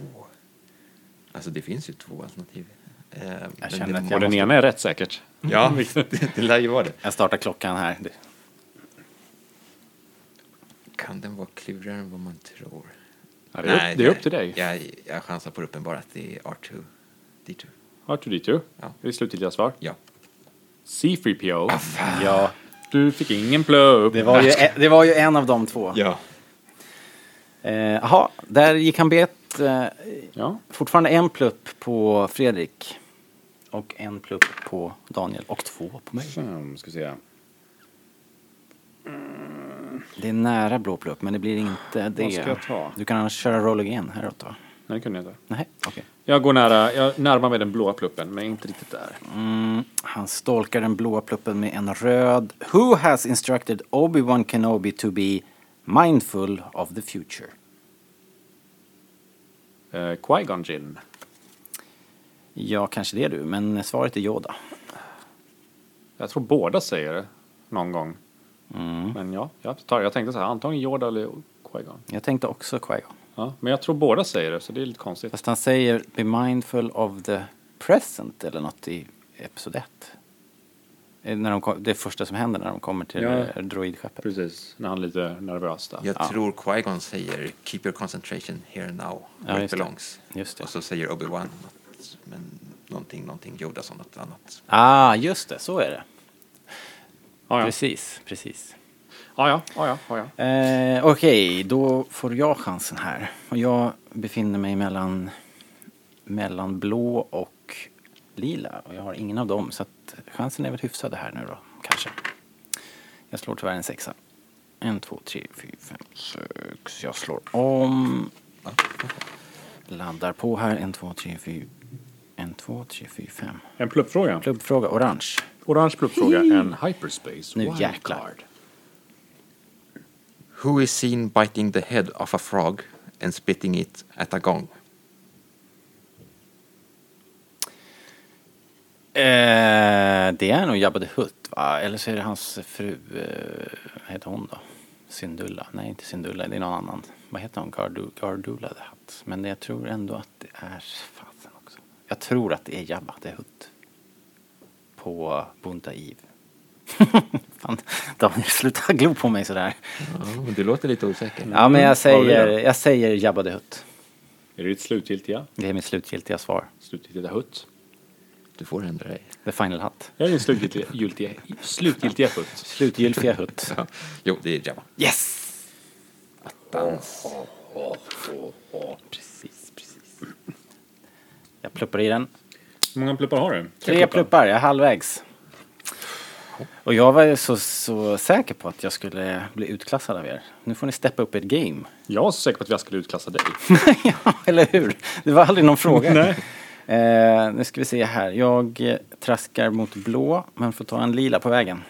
B: Alltså, det finns ju två alternativ. Eh, men
A: känner
B: det
A: att jag
B: må-
C: Och den ena är rätt säkert.
B: Ja, det, det lär ju vara det.
A: Jag startar klockan här. Det-
B: Kan den vara klurigare än vad man tror?
C: Ja, det, är upp, det är upp till dig.
B: Jag, jag chansar på det uppenbara att det är R2. D2.
C: R2D2.
B: Ja.
C: Det är slutgiltiga svar.
B: Ja.
C: C3PO.
A: Ja,
C: Du fick ingen plupp.
A: det var, ju, det var ju en av de två.
B: Ja.
A: Eh, Jaha, där gick han bet. att eh,
C: Ja.
A: fortfarande en plupp på Fredrik och en plupp på Daniel och två på mig.
C: Fem, ska vi se.
A: Det är nära blå plupp, men det blir inte det.
C: ska jag ta?
A: Du kan annars köra roll again häråt då?
C: Nej, det kunde jag inte.
A: Nej, okej.
C: Jag går nära, jag närmar mig den blåa pluppen, men inte riktigt där.
A: Mm, han stolkar den blåa pluppen med en röd. Who has instructed Obi-Wan Kenobi to be mindful of the future?
C: Eh, Qui-Gon Jinn.
A: Ja, kanske det du, men svaret är Yoda.
C: Jag tror båda säger det någon gång.
A: Mm,
C: Men ja, jag, tar, jag tänkte så här, antagligen Yoda eller Qui-Gon.
A: Jag tänkte också Qui-Gon.
C: Ja, men jag tror båda säger det, så det är lite konstigt.
A: Fast han säger be mindful of the present eller något i episod 1. Eh, När de kom, det första som händer när de kommer till
C: Ja.
A: ja. droidskeppet.
C: Precis, när han är lite nervös där.
B: Jag tror Qui-Gon säger “Keep your concentration here now, where
A: just
B: it
A: det.
B: belongs”.
A: Just det.
B: Och så säger Obi-Wan något, men någonting, någonting, Yoda som något annat.
A: Ah, just det, så är det.
C: Ja, ja.
A: Precis, precis.
C: Ja, ja, ja, ja, ja, ja.
A: Eh, Okej, då får jag chansen här. Och jag befinner mig mellan, mellan blå och lila. Och jag har ingen av dem, så att chansen är väl hyfsad här nu då, kanske. Jag slår tyvärr en sexa. En, två, tre, fyra, fem, sex. Jag slår om. Laddar på här. En, två, tre, fyra. En, två, tre, fyra, fem.
C: En pluppfråga.
A: Klubbfråga, orange.
C: Orange pluppfråga, en hyperspace
A: Nu
C: wildcard.
A: jäklar.
B: Who is seen biting the head of a frog and spitting it at a gong?
A: Eh, det är nog Jabba the Hutt, va? Eller så är det hans fru, eh, vad heter hon då? Syndulla? Nej, inte Syndulla, det är någon annan. Vad heter hon? Gardu, Gardula the Hutt. Men jag tror ändå att det är, fasen också. Jag tror att det är Jabba the Hutt. På Bunta Eve. Fan, Daniel, sluta glo på mig sådär.
B: du låter lite osäker.
A: Ja, men jag
C: vad vill
A: säger, jag säger Jabba the Hutt.
C: Är det ditt slutgiltiga?
A: Det är mitt slutgiltiga svar.
C: Slutgiltiga hutt?
B: Du får ändra dig.
A: The final hutt.
C: Är det din slutgiltiga, giltiga, slutgiltiga hutt?
A: Slutgiltiga hutt.
B: Ja. Jo, det är Jabba.
A: Yes!
B: Dans.
A: Precis, precis. Jag pluppar i den.
C: Hur många pluppar har du?
A: Tre pluppar, jag är halvvägs. Och jag var ju så, så säker på att jag skulle bli utklassad av er. Nu får ni steppa upp ert game.
C: Jag var så säker på att jag skulle utklassa dig.
A: ja, eller hur? Det var aldrig någon fråga. Eh, nu ska vi se här. Jag eh, traskar mot blå, men får ta en lila på vägen.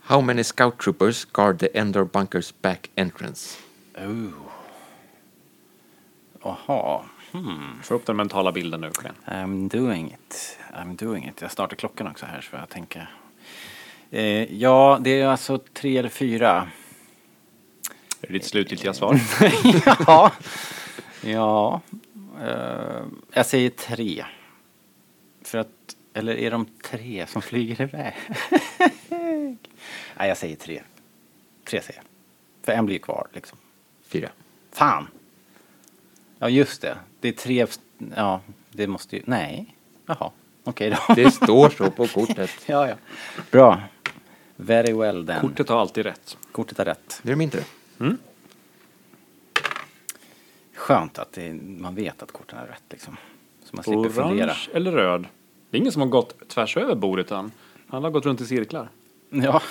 B: How many scout troopers guard the Endor bunker's back entrance?
A: Aha.
C: Få upp den mentala bilden nu, kom igen.
A: I'm doing it. I'm doing it. Jag startar klockan också här så får jag tänka. Eh, ja, det är alltså tre eller fyra.
C: Är det ditt slutgiltiga svar?
A: ja. ja. Eh, jag säger tre. För att, eller är de tre som flyger iväg? Nej, jag säger tre. Tre säger jag. För en blir ju kvar liksom.
B: Fyra.
A: Fan! Ja, just det. Det är tre... Ja, det måste ju... Nej. Jaha. Okej då.
B: Det står så på kortet.
A: ja, ja. Bra. Very well then.
C: Kortet har alltid rätt.
A: Kortet har rätt.
B: Nu är det min tur.
A: Skönt att det, man vet att korten är rätt liksom. Så man slipper fundera.
C: Orange eller röd? Det är ingen som har gått tvärs över bordet än. Han har gått runt i cirklar.
A: Ja.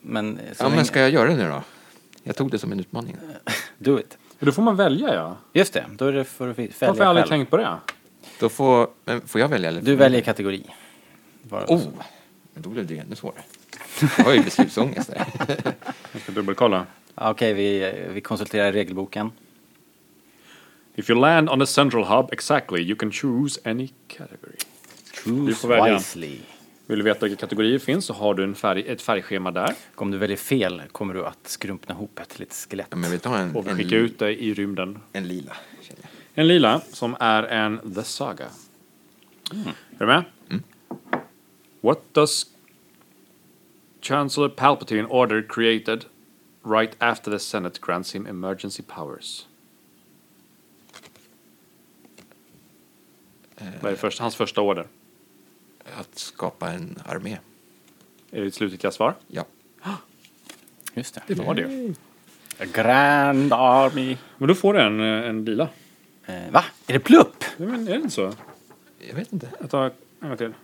A: Men eh, så
B: Ja,
A: länge-
B: men ska jag göra det nu då? Jag tog det som en utmaning.
A: Do it.
C: Då får man välja, ja.
A: Just det, då är det för att fälla
C: Varför har jag aldrig
A: själv.
C: tänkt på det?
B: Då får, men får jag välja? Eller?
A: Du väljer kategori. Bara
B: Oh, men då blev det ju ännu svårare. Jag har ju beslutsångest där.
C: Jag ska dubbelkolla.
A: Okej, vi, eh, vi konsulterar regelboken.
C: If you land on the central hub exactly you can choose any category. Du får välja.
A: wisely.
C: Vill du veta vilka kategorier finns så har du en färg, ett färgschema där.
A: Om du väljer fel kommer du att skrumpna ihop ett litet skelett.
B: Ja, men vi tar en,
C: Och vi
B: en,
C: skickar ut dig i rymden.
B: en lila. känner jag.
C: En lila som är en The Saga.
B: Mm.
C: Är du med? What does Chancellor Palpatine order created right after the Senate grants him emergency powers? Vad är först, hans första order?
B: Att skapa en armé.
C: Är det ett slutgiltiga svar?
B: Ja.
A: Just det.
C: Det var det.
A: A grand army.
C: Men då får du en, eh, en lila.
A: Eh, va? Är det plupp?
C: Ja, Men är det inte så?
B: Jag vet inte.
C: Jag tar en gång till.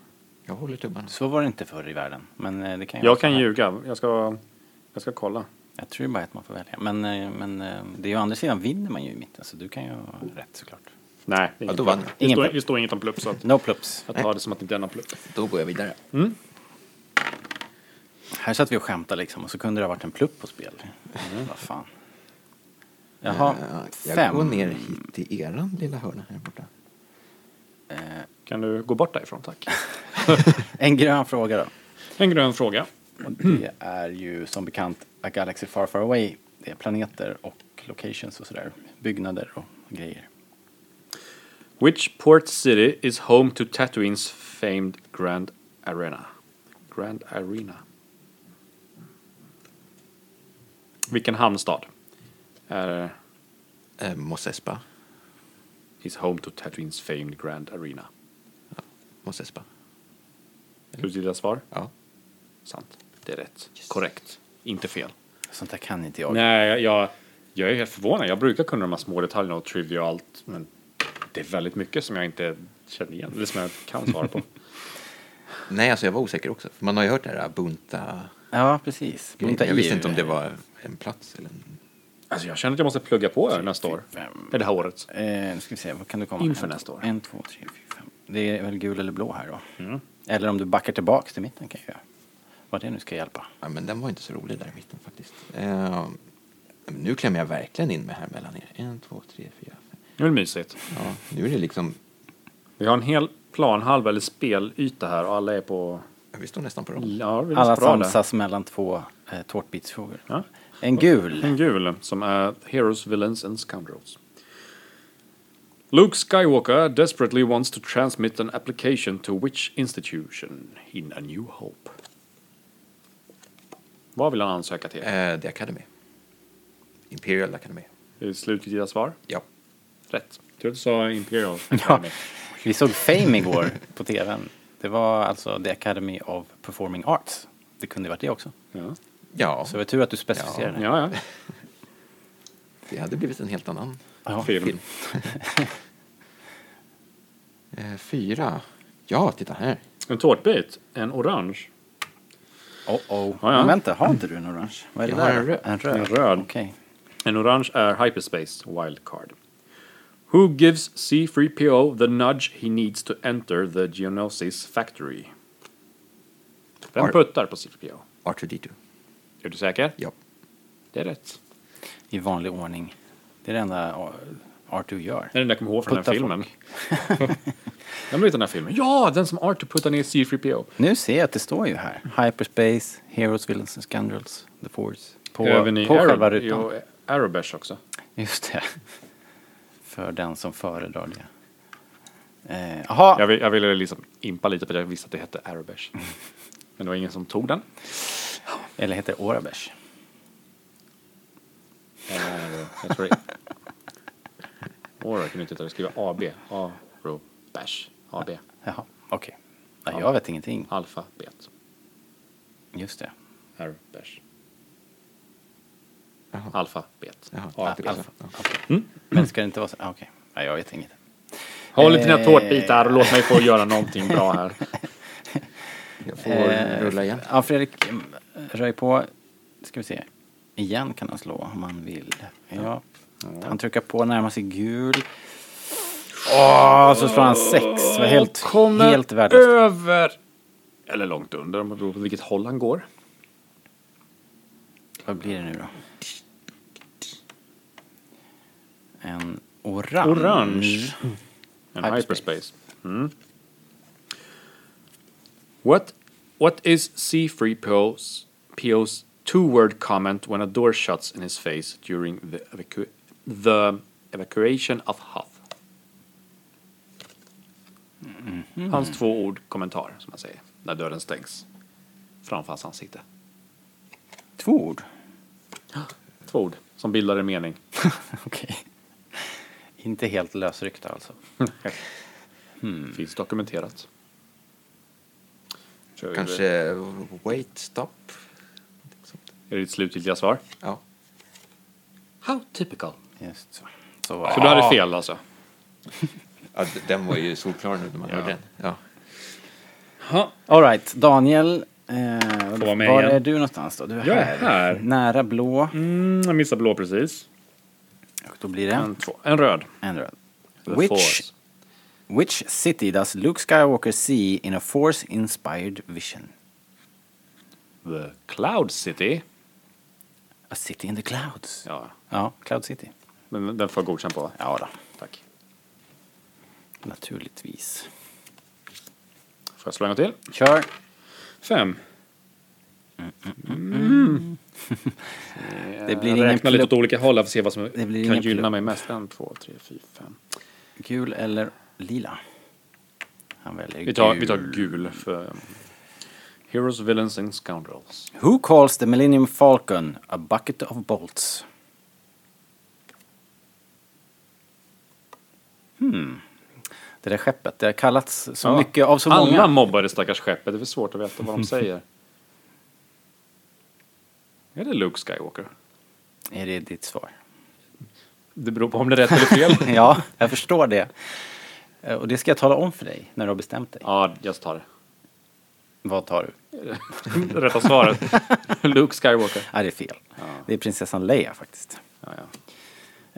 B: Jag håller tummarna.
A: Så var det inte förr i världen. Men eh, det kan ju vara
C: Jag
A: så
C: kan
A: här.
C: ljuga. Jag ska, jag ska kolla.
A: Jag tror bara att man får välja. Men, eh, men eh, det är ju å andra sidan vinner man ju i mitten så du kan ju ha rätt såklart.
C: Nej,
B: Ja,
C: det är ingen
B: då
C: plupp.
B: vann jag.
C: det,
A: Ingen
C: står,
A: plupp.
C: det står inget om plupp så att
A: No plups.
C: jag tar det som att det inte är någon plupp.
B: Då går jag vidare.
A: Här satt vi och skämtade liksom och så kunde det ha varit en plupp på spel. Vad fan. Jaha,
B: Mm. Ja, jag
A: fem.
B: går ner hit till eran lilla hörna här borta.
C: Kan du gå bort därifrån tack?
A: En grön fråga då.
C: En grön fråga.
A: Och det är ju som bekant A Galaxy Far Far Away. Det är planeter och locations och sådär. Byggnader och grejer.
C: Which port city is home to Tatooine's famed Grand Arena? Grand Arena. Vilken hamnstad är
B: Eh, Mos Espa.
C: is home to Tatooine's famed Grand Arena?
B: Mos Espa.
C: Ditt lilla svar?
B: Ja.
C: Sant. Det är rätt. Korrekt. Inte fel.
A: Sånt där kan inte jag.
C: Nej, jag, jag är helt förvånad. Jag brukar kunna de här små detaljerna och trivia och allt, men det är väldigt mycket som jag inte känner igen, eller som jag kan svara på.
B: Nej, alltså jag var osäker också. För man har ju hört det här bunta...
A: Ja, precis. Bunta
B: jag visste
A: EU.
B: inte om det var en plats eller en...
C: Alltså jag känner att jag måste plugga på här nästa år.
A: Fem.
C: Eller det här året.
A: Eh, nu ska vi se, vad kan du komma?
C: Inför
A: En,
C: nästa år.
A: En, två, tre, fyra, fem. Det är väl gul eller blå här då?
C: Mm.
A: Eller om du backar tillbaks till mitten kan jag göra. Vad det nu ska hjälpa.
B: Ja, men den var inte så rolig där i mitten faktiskt. Eh, men nu klämmer jag verkligen in mig här mellan er. En, två, tre, fyra, fem.
C: Nu är det mysigt.
B: Ja, nu är det liksom...
C: Vi har en hel planhalva eller spelyta här och alla är på...
B: Vi står nästan på dem.
C: Ja, vi är
A: Alla
C: så bra där.
A: samsas mellan två eh, tårtbitsfrågor.
C: Ja.
A: En gul.
C: En gul som är Heroes, Villains and Scoundrels. Luke Skywalker desperately wants to transmit an application to which institution in A New Hope? Vad vill han ansöka till?
B: Eh, The Academy. Imperial Academy.
C: Är det slutgiltiga svar?
B: Ja.
C: Rätt. Tror du sa Imperial.
A: Ja, vi såg Fame igår på tvn. Det var alltså The Academy of Performing Arts. Det kunde varit det också.
C: Ja,
B: Ja,
A: Så det var tur att du specificerade det.
C: ja.
B: det hade blivit en helt annan
C: ja.
A: Ja.
C: Film.
B: film. eh, fyra. Ja, titta här.
C: En tårtbit. En orange.
A: Oh, oh.
C: Ja, ja.
A: Men vänta, har inte du en orange? Vad är det
B: Jag har
A: där?
B: en röd.
A: En röd.
C: En röd.
A: Okej.
C: En orange är hyperspace wildcard. Who gives C3PO the nudge he needs to enter the Geonosis factory? Vem
B: Art.
C: puttar på C3PO?
B: R2D2.
C: Är du säker?
B: Ja.
C: Det är rätt.
A: I vanlig ordning. Det är det enda Arthur gör.
C: Det är den där jag kommer ihåg från
A: Putta
C: den här filmen. den blev den här filmen. Ja, den som Arthur puttar ner C3PO.
A: Nu ser jag att det står ju här. Hyperspace, Heroes, Villains and Scoundrels, The Force. På,
C: Även i
A: på
C: Arab-
A: själva rutan.
C: i Arabesh också.
A: Just det. För den som föredrar det. Eh, Jaha,
C: Jag, vill, jag ville liksom impa lite på det. Jag visste att det hette Arabesh. Men det var ingen som tog den.
A: eller heter det Orabesh?
C: Eh, Jag tror det. Aura kunde inte hitta det. Skriva AB. Aro. Bash. AB.
A: Jaha, okej. Nej, jag vet ingenting.
C: Alfa. Bet.
A: Just det.
C: Aro. Bash.
B: Jaha.
C: Alfa. Bet.
B: Jaha,
C: A,
B: det
C: B.
B: är
A: Alfa.
B: så. Ja.
A: Men ska det inte vara så? Ah, okej. Nej, jag vet inget.
C: Håll inte dina
A: Eh.
C: tårtbitar och låt mig få göra någonting bra här.
B: Jag får
A: Eh,
B: rulla igen.
A: Ja, Fredrik, mm, röj på. Ska vi se. Igen kan han slå om han vill. Ja. Han trycker på, närmar sig gul. Åh, så slår han sex. Det var helt,
C: Kommer
A: helt värdelöst.
C: över. Eller långt under om det beror på vilket håll han går.
A: Vad blir det nu då? En orange.
C: Orange. En
A: Hyperspace.
C: hyperspace. Mm. What, what is C3PO's PO's two-word comment when a door shuts in his face during the, evacu- the evacuation of Hoth? Hans två ord kommentar, som man säger, när dörren stängs framför hans ansikte.
A: Två ord.
C: Två ord som bildar en mening.
A: Okej. Inte helt lösryckta alltså.
C: Finns dokumenterat. Tror jag vi-
B: Kanske wait, stop.
C: Är det ditt slutgiltiga svar?
B: Ja.
C: How typical.
A: Just så. Så var
C: Så
A: det.
C: du hade fel alltså?
B: Ja, d- den var ju solklar nu när man hörde den. Ja.
C: Ja.
A: All right, Daniel. Eh,
C: vara med
A: var
C: igen.
A: är du någonstans då? Du är
C: Jag är
A: här.
C: här.
A: Nära blå.
C: Mm, jag missade blå precis.
A: Och då blir det
C: En, två. en röd.
A: en röd.
C: The
A: Which,
C: Force.
A: which city does Luke Skywalker see in a force-inspired vision?
C: The Cloud City.
A: A city in the clouds. Ja,
C: Ja,
A: Cloud City.
C: men den får jag godkänt på.
A: Ja då,
C: Tack.
A: naturligtvis.
C: Får jag slå en gång till?
A: Kör.
C: Fem.
A: Det blir
C: Eh, jag
A: ingen
C: räknar lite
A: plupp.
C: åt olika håll här för att se vad som
A: Det blir
C: kan
A: ingen
C: gynna
A: plupp.
C: mig mest. En, två, tre, fyra, fem.
A: Gul eller lila? Han väljer
C: Vi tar,
A: gul.
C: vi tar gul för Heroes, Villains and Scoundrels.
A: Who calls the Millennium Falcon a bucket of bolts? Hmm. Det där skeppet, det har kallats så
C: Ja.
A: mycket av så
C: Alla
A: många.
C: mobbar det stackars skeppet. Det är för svårt att veta vad de säger. Är det Luke Skywalker?
A: Är det ditt svar?
C: Det beror på om det är rätt eller fel.
A: ja, jag förstår det. Eh, Och det ska jag tala om för dig när du har bestämt dig.
C: ja, jag tar det.
A: Vad tar du?
C: Det Rätta svaret. Luke Skywalker.
A: Nej, Äh, det är fel. Det är prinsessan Leia faktiskt.
C: Ja, ja.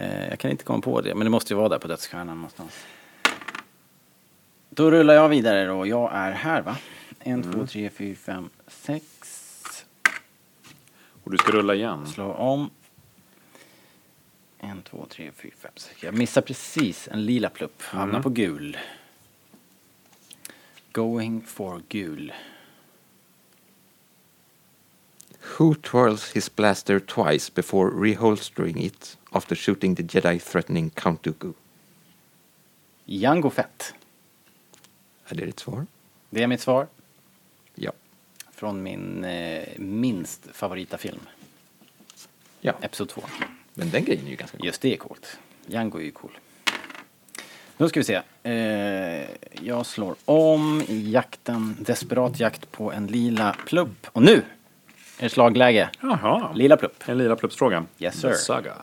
A: Eh, Jag kan inte komma på det, men det måste ju vara där på dödsstjärnan någonstans. Då rullar jag vidare då. Jag är här va? En, två, tre, fyra, fem, sex.
C: Och du ska rulla igen.
A: Slå om. En, två, tre, fyra, fem, sex. Jag missar precis en lila plupp. Hamnar på gul. Going for gul.
B: Who twirls his blaster twice before reholstering it after shooting the Jedi threatening Count Dooku?
A: Jango Fett.
B: Är det ditt svar?
A: Det är mitt svar.
B: Ja.
A: Från min eh, minst favorita film.
B: ja.
A: Episod 2.
B: Men den grejen är ju ganska cool.
A: Just det är coolt. Django är ju cool. Nu ska vi se. Eh, jag slår om i jakten. Desperat jakt på en lila plupp. Och nu är det slagläge.
C: Jaha.
A: Lila plupp.
C: En lila pluppsfråga.
A: Yes, sir.
C: The Saga.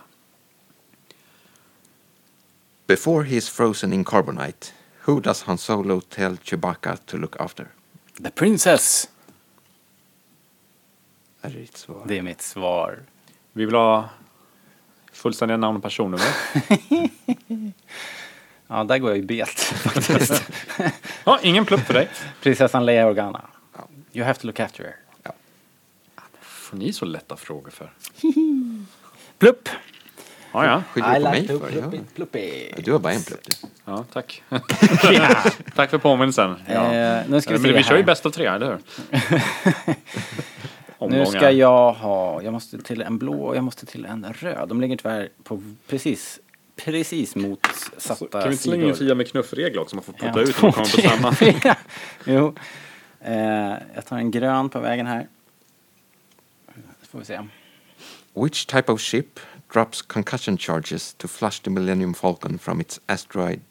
B: Before he is frozen in carbonite, who does Han Solo tell Chewbacca to look after?
A: The princess!
B: Är det ditt svar?
A: Det är mitt svar.
C: Vi vill ha fullständiga namn och personnummer.
A: Ja, där går jag ju bet faktiskt.
C: Ja, ingen plupp för dig.
A: Prinsessan Leia Organa.
B: Ja.
A: You have to look after her.
C: Får ni så lätta frågor för?
A: Plupp!
C: Ja, ja.
B: Skyller du på mig
A: plupp,
B: för? Ja.
A: pluppigt,
B: Ja,
A: pluppigt.
B: Du har bara en plupp du.
C: ja tack. tack för påminnelsen. Ja.
A: Eh, nu ska vi
C: Men
A: se
C: vi kör ju
A: här.
C: bäst av tre, eller hur?
A: Nu
C: Omgångar.
A: ska jag ha, jag måste till en blå och jag måste till en röd. De ligger tyvärr på precis, precis
C: Så
A: motsatta
C: Alltså, Kan vi inte slänga in Fia med knuffregel också? Man får putta
A: En,
C: ut
A: två,
C: och komma på
A: tre,
C: samma.
A: fyra. Jo. Eh, jag tar en grön på vägen här. Så får vi se.
B: Which type of ship drops concussion charges to flush the Millennium Falcon from its asteroid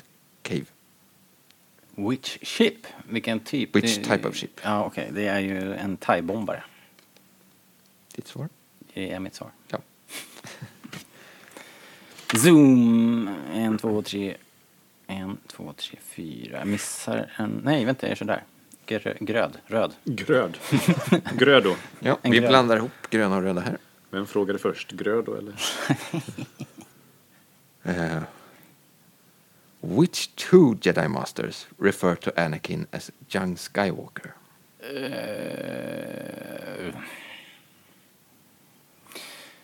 B: cave?
A: Which ship? Vilken typ?
B: Which
A: Det-
B: type of ship?
A: Ja, okej. Det är ju en thaibombare.
B: Ditt svar?
A: Det är mitt svar.
B: Ja.
A: Zoom! En, två, tre. En, två, tre, fyra. Jag missar en... Nej, vänta, jag är sådär. Grö, gröd. Röd.
C: Gröd. Grödo.
B: Ja,
A: En
B: vi
A: grön.
B: blandar ihop gröna och röda här.
C: Vem frågade först? Grödo eller?
B: Uh, which two Jedi Masters refer to Anakin as young Skywalker?
A: Eh.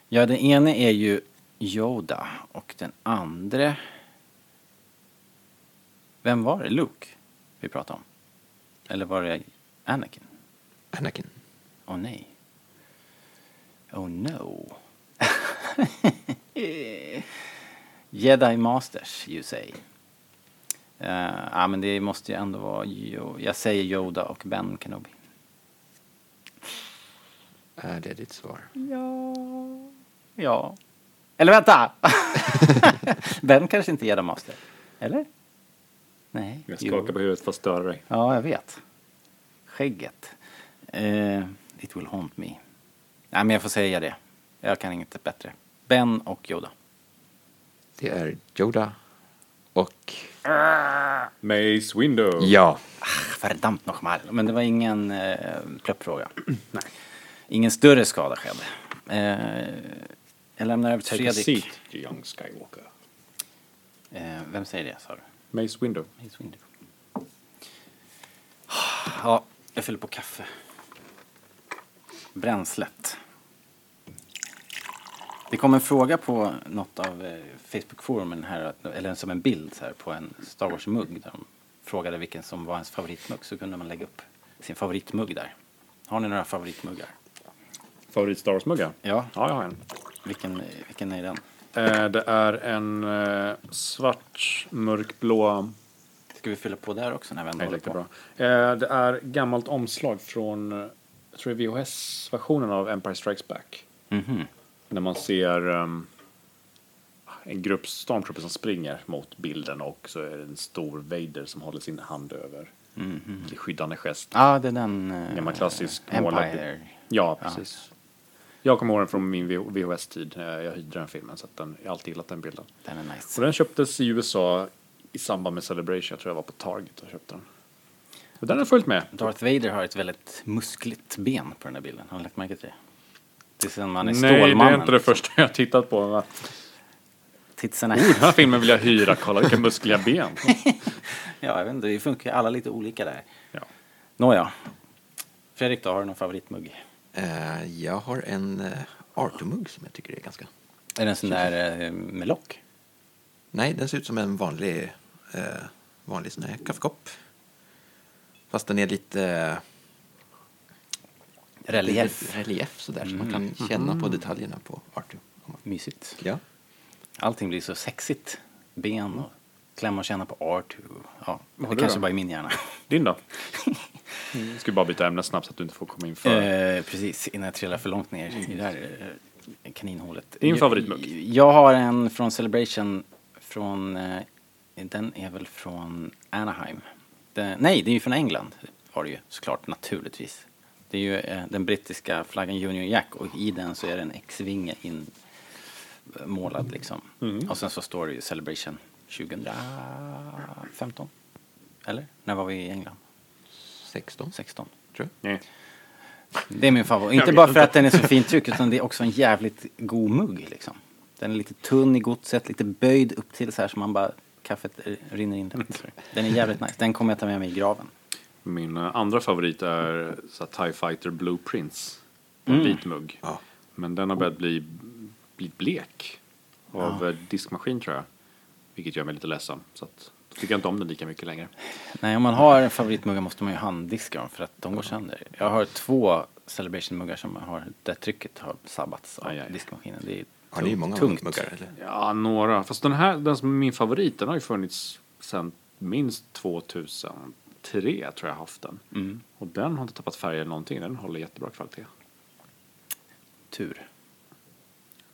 A: Ja, den ene är ju Yoda och den andra... Vem var det? Luke vi pratade om? Eller var det Anakin?
B: Anakin.
A: Åh nej. Oh no. Jedi Masters, you say. Eh, ja, men det måste ju ändå vara... Yo- jag säger Yoda och Ben Kenobi.
B: Är Äh, det ditt svar?
A: Ja. Ja. Eller vänta! ben kanske inte är Jedi Master. Eller? Nej.
C: Jag
A: Jo.
C: skakar på huvudet för att störa dig.
A: Ja, jag vet. Skägget. Eh, it will haunt me. Nej, men jag får säga det. Jag kan inget bättre. Ben och Yoda.
B: Det är Yoda och...
C: Mace Window.
B: Ja,
A: Verdammt nochmal. Men det var ingen eh, pluppfråga. Nej. Ingen större skada skedde. Eh, jag lämnar över till
C: Take a
A: Fredrik.
C: seat, young Skywalker.
A: Eh, vem säger det, sa du?
C: Mace Window.
A: Mace Windu. Ja, jag fyller på kaffe. Bränslet. Det kom en fråga på något av eh, Facebook-forumen här, att- eller som en bild så här, på en Star Wars-mugg där de frågade vilken som var ens favoritmugg, så kunde man lägga upp sin favoritmugg där. Har ni några favoritmuggar?
C: Favorit Star Wars-mugga?
A: Ja.
C: Ja, jag har en.
A: Vilken, vilken är den?
C: Eh, det är en eh, svart, mörkblå...
A: Ska vi fylla på där också när vi ändå
C: Nej,
A: håller
C: det är
A: på?
C: bra. Eh, det är gammalt omslag från, eh, jag tror det är VHS-versionen av Empire Strikes Back.
A: Mhm.
C: När man ser ehm, en grupp stormtrooper som springer mot bilden och så är det en stor Vader som håller sin hand över.
A: Mhm.
C: I skyddande gest.
A: Ja, det är den... eh,
C: Gammal klassisk målad-
A: Empire.
C: Ja, precis. Jag kommer ihåg den från min VHS-tid. Eh, Jag hyrde den filmen så att den, jag har alltid gillat den bilden.
A: Den är
C: Så
A: nice.
C: den köptes i USA i samband med Celebration. Jag tror jag var på Target och köpte den. Och den har följt med.
A: Darth Vader har ett väldigt muskligt ben på den här bilden. Har ni lagt märke till det? Det ser ut som han är
C: Nej, det
A: Stålmannen. liksom.
C: är inte det första jag har tittat på. Va?
A: Titsen är...
C: Den här filmen vill jag hyra. Kolla vilka muskliga ben.
A: Ja, jag vet inte. Det funkar ju alla lite olika där.
C: Ja.
A: Nåja. Fredrik då, har du någon favoritmugg?
B: eh, jag har en eh, Arthur-mugg som jag tycker är ganska...
A: Är det en sån där eh, med lock?
B: Nej, den ser ut som en vanlig, eh, vanlig sån här kaffekopp. Fast den är lite... eh,
A: Relief? Mm.
B: lite Relief sådär, så man kan känna på detaljerna på Arthur. om man-
A: Mysigt.
B: Ja.
A: Allting blir så sexigt. Ben och klämma och känna på R2. Ja,
C: Vad
A: det
C: har du
A: kanske
C: då?
A: bara är min hjärna.
C: Din då? Mm. Ska vi bara byta ämne snabbt så att du inte får komma in för...
A: Eh, precis, innan jag trillar för långt ner i det här eh, kaninhålet.
C: Din
A: Jag-
C: favoritmugg?
A: Jag har en från Celebration. Från, eh, den är väl från Anaheim. Den, nej, det är ju från England. Var det ju såklart, naturligtvis. Det är ju eh, den brittiska flaggan Union Jack och i den så är det en X-vinge in, målad liksom.
C: Mm.
A: Och sen så står det ju Celebration 2015. Eller? När var vi i England?
B: 16,
A: 16?
B: tror jag.
C: Nej.
A: Det är min favorit. Inte
C: vet
A: bara för att den är så fint tryck utan det är också en jävligt god mugg liksom. Den är lite tunn i godset, lite böjd upp till så här så man bara kaffet r- rinner in
C: Mm.
A: rätt. Den är jävligt nice. Den kommer jag ta med mig i graven.
C: Min eh, andra favorit är så här, TIE Fighter Blueprints. En
A: Mm.
C: vit mugg.
B: Ja.
C: Men den har börjat bli, bli blek av eh, diskmaskin tror jag. Vilket gör mig lite ledsen. Så att, då tycker jag inte om den lika mycket längre.
A: Nej, om man har favoritmuggar måste man ju handdiska dem för att de går sönder. Jag har två Celebration-muggar som har, där trycket har sabbats av
C: Aj, aj.
A: diskmaskinen. Det är
B: Har ni
A: tungt-
B: många
A: tungt.
B: muggar? Eller?
C: Ja, några. Fast den här, den som är min favorit, den har ju funnits sedan minst 2003 tror jag jag haft den. Och den har inte tappat färg eller någonting. Den håller jättebra kvalitet.
A: Tur.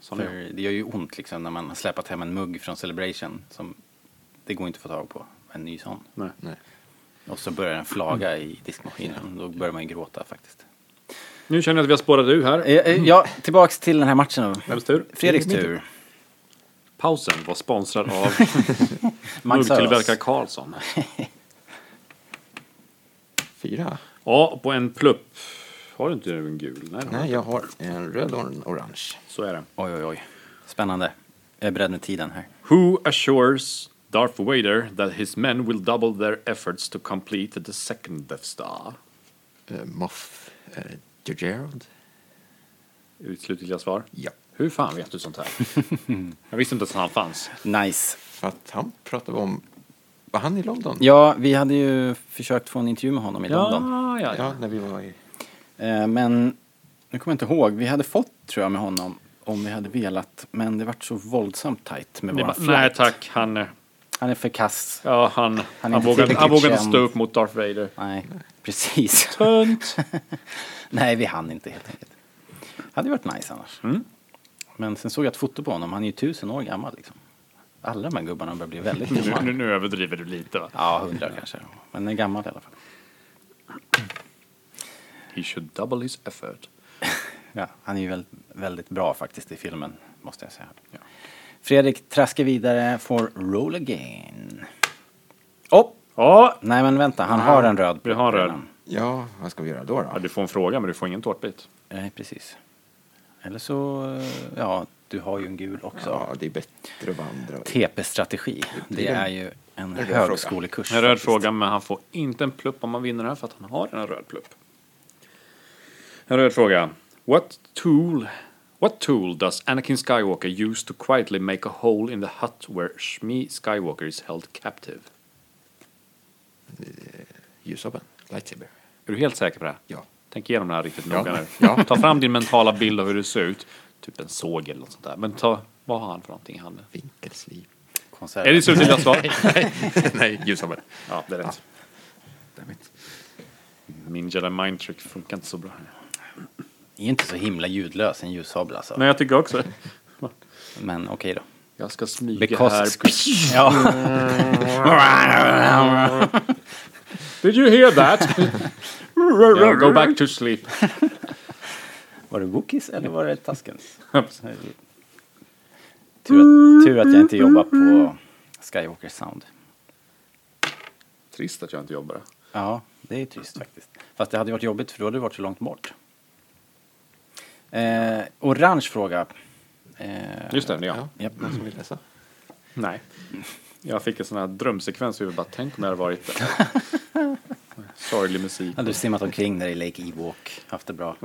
C: Sån är jag.
A: För det gör ju ont liksom när man har släpat hem en mugg från Celebration som det går inte att få tag på. En ny sån.
C: Nej.
B: Nej.
A: Och så börjar den flaga i diskmaskinen. Då börjar man ju gråta faktiskt.
C: Nu känner jag att vi har spårat ur här.
A: Eh, Ja, tillbaks till den här matchen då.
C: Vems tur?
A: Fredriks tur.
C: Pausen var sponsrad av
A: Max
C: muggtillverkare
A: Öros.
C: Karlsson.
B: Fyra?
C: Ja, och på en plupp. Har du inte en gul? Nej,
B: Nej, jag har en röd och en orange.
C: så är det.
A: Oj, oj, oj. Spännande. Jag är beredd med tiden här.
C: Who assures Darth Vader that his men will double their efforts to complete the second Death Star?
B: Eh, Moff eh, Gerald.
C: Utslutliga svar?
B: Ja.
C: Hur fan vet du sånt här? jag visste inte ens att han fanns.
A: Nice.
B: För att han pratade om... Var han i London?
A: Ja, vi hade ju försökt få en intervju med honom i London.
C: Ja, ja,
B: Ja, när vi var i...
A: Eh, Men nu kommer jag inte ihåg. Vi hade fått, tror jag, med honom om vi hade velat. Men det vart så våldsamt tajt med
C: Det är
A: våran
C: bara,
A: flight.
C: nej tack, han, eh,
A: Han är för kass.
C: ja, han, han,
A: inte
C: vågade, han
A: tillräckligt
C: vågade inte
A: känd.
C: stå upp mot Darth Vader.
A: Nej, precis.
C: Tönt!
A: Nej, vi hann inte helt enkelt. Hade ju varit nice annars. Men sen såg jag ett foto på honom. Han är ju tusen år gammal liksom. Alla de här gubbarna börjar bli väldigt
C: nu, nu,
A: gamla.
C: nu överdriver du lite va?
A: Ja, hundra kanske. Men den är gammal i alla fall.
C: He should double his effort.
A: Ja, han är ju väl, väldigt bra faktiskt i filmen, måste jag säga.
C: Ja.
A: Fredrik traskar vidare, får roll again. Oh!
C: Ja,
A: Nej men vänta, han har en röd.
C: Vi har en röd.
A: redan.
B: Ja, vad ska vi göra då?
C: ja,
B: då?
C: du får en fråga men du får ingen tårtbit.
A: Nej precis. Eller så, eh, ja du har ju en gul också.
B: Ja, det är bättre att vandra.
A: TP-strategi, det
B: en-
A: är ju en
B: röd fråga.
A: högskolekurs.
C: En röd
A: faktiskt.
C: fråga men han får inte en plupp om man vinner den här för att han har en röd plupp. En röd fråga. What tool, what tool does Anakin Skywalker use to quietly make a hole in the hut where Shmi Skywalker is held captive?
B: Ljusabeln, lightsaber.
C: Är du helt säker på det?
B: Ja.
C: Tänk igenom det här riktigt
B: Ja.
C: noga nu.
B: Ja.
C: Ta fram din mentala bild av hur det ser ut. Typ en såg eller något sånt där. Men ta, vad har han för någonting i handen?
B: Vinkelslip.
A: Konserv.
C: Är det så ditt svar?
B: Nej, ljusabeln.
C: Ja, det är rätt.
B: Damn it.
C: Min Jedi mind trick funkar inte så bra.
A: Det är inte så himla ljudlös en ljussabel alltså.
C: Nej, jag tycker också.
A: Men okej då.
C: Jag ska smyga
A: Because...
C: här.
A: Ja.
C: Did you hear that? yeah, go back to sleep.
A: Var det Wookies eller var det Tuskens? tur, att, tur att jag inte jobbar på Skywalker Sound.
C: Trist att jag inte jobbar.
A: Ja, det är trist faktiskt. Fast det hade varit jobbigt för då hade det varit så långt bort. Eh, orange fråga. Eh,
C: Just det, ja.
B: Ja.
A: japp.
B: Någon som vill läsa?
C: Nej. Jag fick en sån här drömsekvens hur jag bara, tänk om jag hade varit där. Sorglig musik.
A: Hade du simmat omkring där i Lake Ewok, haft det bra.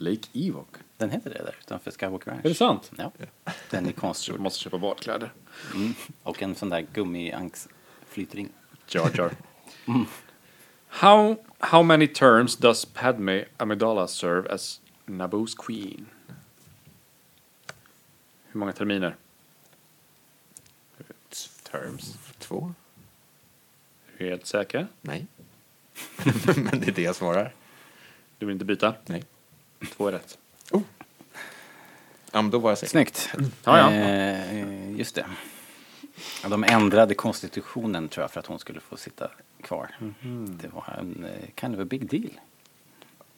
C: Lake Ewok.
A: Den heter det där utanför Skywalker Ranch.
C: Är det sant?
A: Ja. Den är
C: Jag
A: konstgjord.
C: måste köpa badkläder.
A: Mm. Och en sån där gummianksflytring.
C: Jar Jar. How, how many terms does Padme Amidala serve as Naboo's queen? Hur många terminer? Terms.
B: Två?
C: Är du helt säker?
B: Nej. Men det är det jag svarar.
C: Du vill inte byta?
B: Nej.
C: Två är rätt.
B: Ja, men då var jag säker.
A: Snyggt!
C: Ja, ja.
A: Eh, just det. Ja, De ändrade konstitutionen tror jag för att hon skulle få sitta kvar. Det var en eh, kind of a big deal.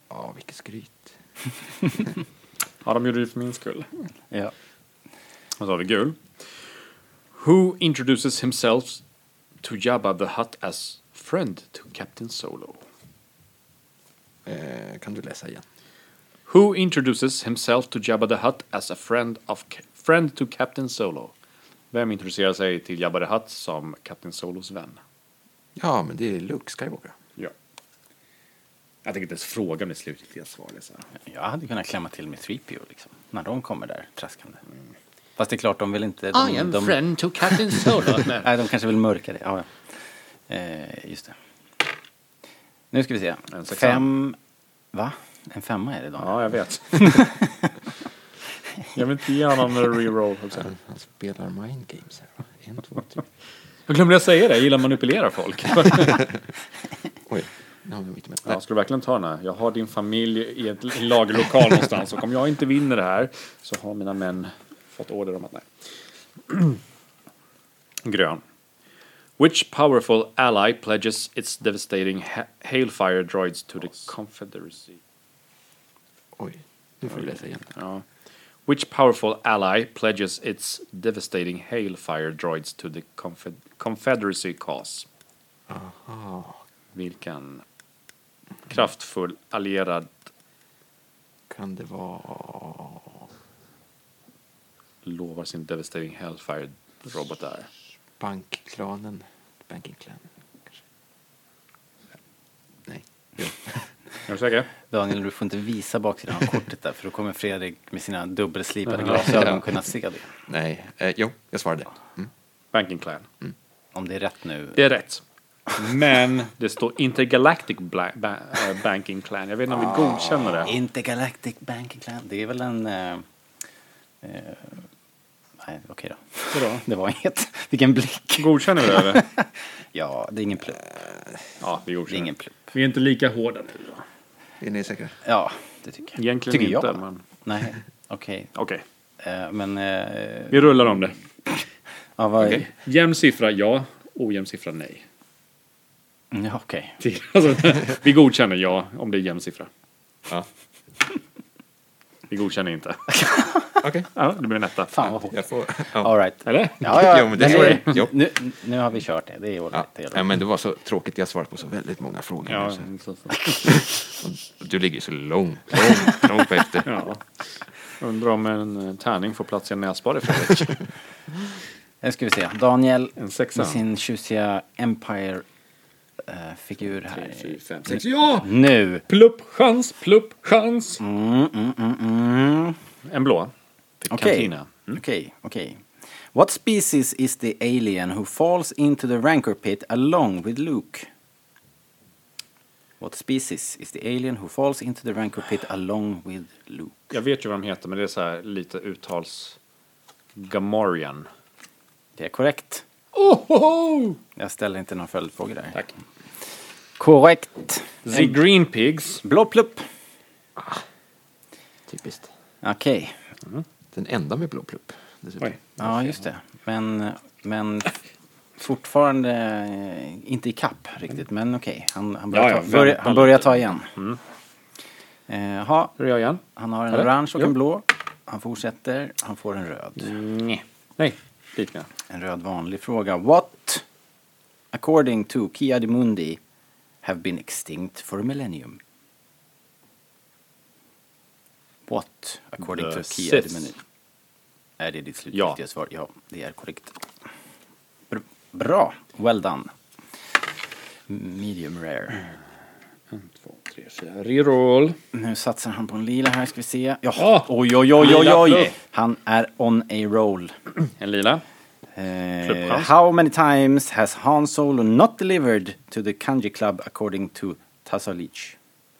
B: Ja, vilket skryt.
C: Ja, de gjorde det för min skull.
A: Ja.
C: Och så har vi gul. Who introduces himself to Jabba the Hutt as friend to Captain Solo?
B: Eh, kan du läsa igen?
C: Who introduces himself to Jabba the Hutt as a friend of friend to Captain Solo? Vem introducerar sig till Jabba the Hutt som Captain Solos vän?
B: Ja, men det är Luke Skywalker.
C: Ja. Jag tänker inte ens fråga om det slutgiltiga svaret. Så.
A: Jag hade kunnat klämma till med 3PO liksom, när de kommer där traskande. Fast det är klart, de vill inte... De, de,
C: to Captain Solo.
A: Nej, de kanske vill mörka det. Ja, ja. Eh, just det. Nu ska vi se.
C: En sexa.
A: Fem... Va? En femma är det då?
C: ja, jag vet. jag vill inte ge honom en reroll. också.
B: Han, han spelar mind games här. va? En, två, tre.
C: Jag glömde jag säga det, jag gillar att manipulera folk.
B: Oj, nu har vi mitt emellan.
C: Ja, ska du verkligen ta den här? Jag har din familj i ett- i en lagerlokal någonstans och om jag inte vinner det här så har mina män fått order om att nej. Grön. Which powerful ally pledges its devastating ha- hailfire droids to the confederacy?
B: Oj, nu får du läsa igen.
C: Ja. Which powerful ally pledges its devastating hailfire droids to the confed- confederacy cause?
B: Aha.
C: Vilken kraftfull allierad
B: Kan det vara...
C: lovar sin devastating hellfire robot där.
B: Bankklanen? Banking clan, kanske? Nej. Jo.
C: Är du säker?
A: Daniel, du får inte visa baksidan av kortet där för då kommer Fredrik med sina dubbelslipade glasögon kunna se det.
B: Nej. Eh, jo, jag svarade. Mm.
C: Banking Clan.
A: Om det är rätt nu.
C: Det är rätt. Men det står Intergalactic bla- ba- eh, Banking Clan. Jag vet inte om vi godkänner det.
A: Intergalactic Banking Clan, det är väl en... Eh, eh, nej, okej då.
C: Vadå?
A: Det var inget. Vilken blick.
C: Godkänner vi det eller?
A: Ja, det är ingen plupp.
C: Ja, vi
A: Det är
C: godkänner.
A: ingen plupp.
C: Vi är inte lika hårda nu då.
B: Är ni säkra?
A: Ja, det tycker jag.
C: Egentligen
A: tycker
C: inte,
A: jag.
C: men
A: Nej, okej.
C: okej.
A: Eh, men... Eh,
C: Vi rullar om det.
A: ja, vad...
B: Okej.
C: Jämn siffra ja, ojämn siffra nej.
A: Mm, Ja, okej.
C: Till- Alltså, vi godkänner ja om det är jämn siffra.
B: Ja.
C: Vi godkänner inte.
B: Okej.
C: Ja, det blir en etta.
A: Fan vad hårt.
B: Jag får... Ja.
A: All right.
C: Eller?
A: Ja, ja,
B: Jo, men det
A: nej,
B: är det.
A: nej.
B: Jo.
A: Nu, nu har vi kört det. Det är all
B: Ja.
A: right. Det är all
B: ja,
A: right.
B: men det var så tråkigt. Jag svarade på så väldigt många frågor.
C: Ja,
B: nu, så-
C: så, så.
B: Du ligger ju så lång, lång, långt efter.
C: ja. Undrar om en eh, tärning får plats i en näsborre, Fredrik.
A: Nu Eh, ska vi se. Daniel
C: En sexa.
A: med sin tjusiga Empire-figur här.
C: fem, sex. Ja!
A: Nu!
C: Plupp, chans, plupp, chans.
A: Mm, mm, mm, mm.
C: En blå. Fick
A: Okej,
C: Cantina.
A: okej, okej. What species is the alien who falls into the rancor pit along with Luke? What species is the alien who falls into the rancor pit along with Luke?
C: Jag vet ju vad de heter, men det är så här lite uttals... Gamorrean.
A: Det är korrekt.
C: Oh, ho, ho!
A: Jag ställer inte några följdfrågor där.
C: Tack.
A: Korrekt.
C: The Green Pigs.
A: Blå plupp.
B: Typiskt.
A: Okej.
B: Den enda med blå plupp. dessutom.
C: Oj.
A: Ja, just det. Men, men fortfarande eh, inte i kapp riktigt. Men okej, han, han börjar,
C: Ja, ja,
A: ta, börjar,
C: vänta
A: han börjar ta igen. Eh, ha,
C: Hur är jag igen?
A: han har en
C: Mm. Eller?
A: orange och en
C: Jo.
A: blå. Han fortsätter. Han får en röd.
C: Nej. Nej, dit med.
A: En röd vanlig fråga. What, according to Kia de Mundi, have been extinct for a millennium? What, according to
C: The
A: Kia de
C: Sith.
A: Mundi? Är det ditt
C: Ja.
A: slutgiltiga svar? Ja, det är korrekt. Br- Bra, well done. Medium rare.
C: En, två, tre, fyra. Reroll.
A: Nu satsar han på en lila här, ska vi se. Ja,
C: Ah,
A: oj, oj, oj, oj,
C: lila
A: oj!
C: plupp.
A: Han är on a roll.
C: En lila.
A: Uh,
C: Clubhouse.
A: how many times has Han Solo not delivered to the Kanji Club according to Tasulich?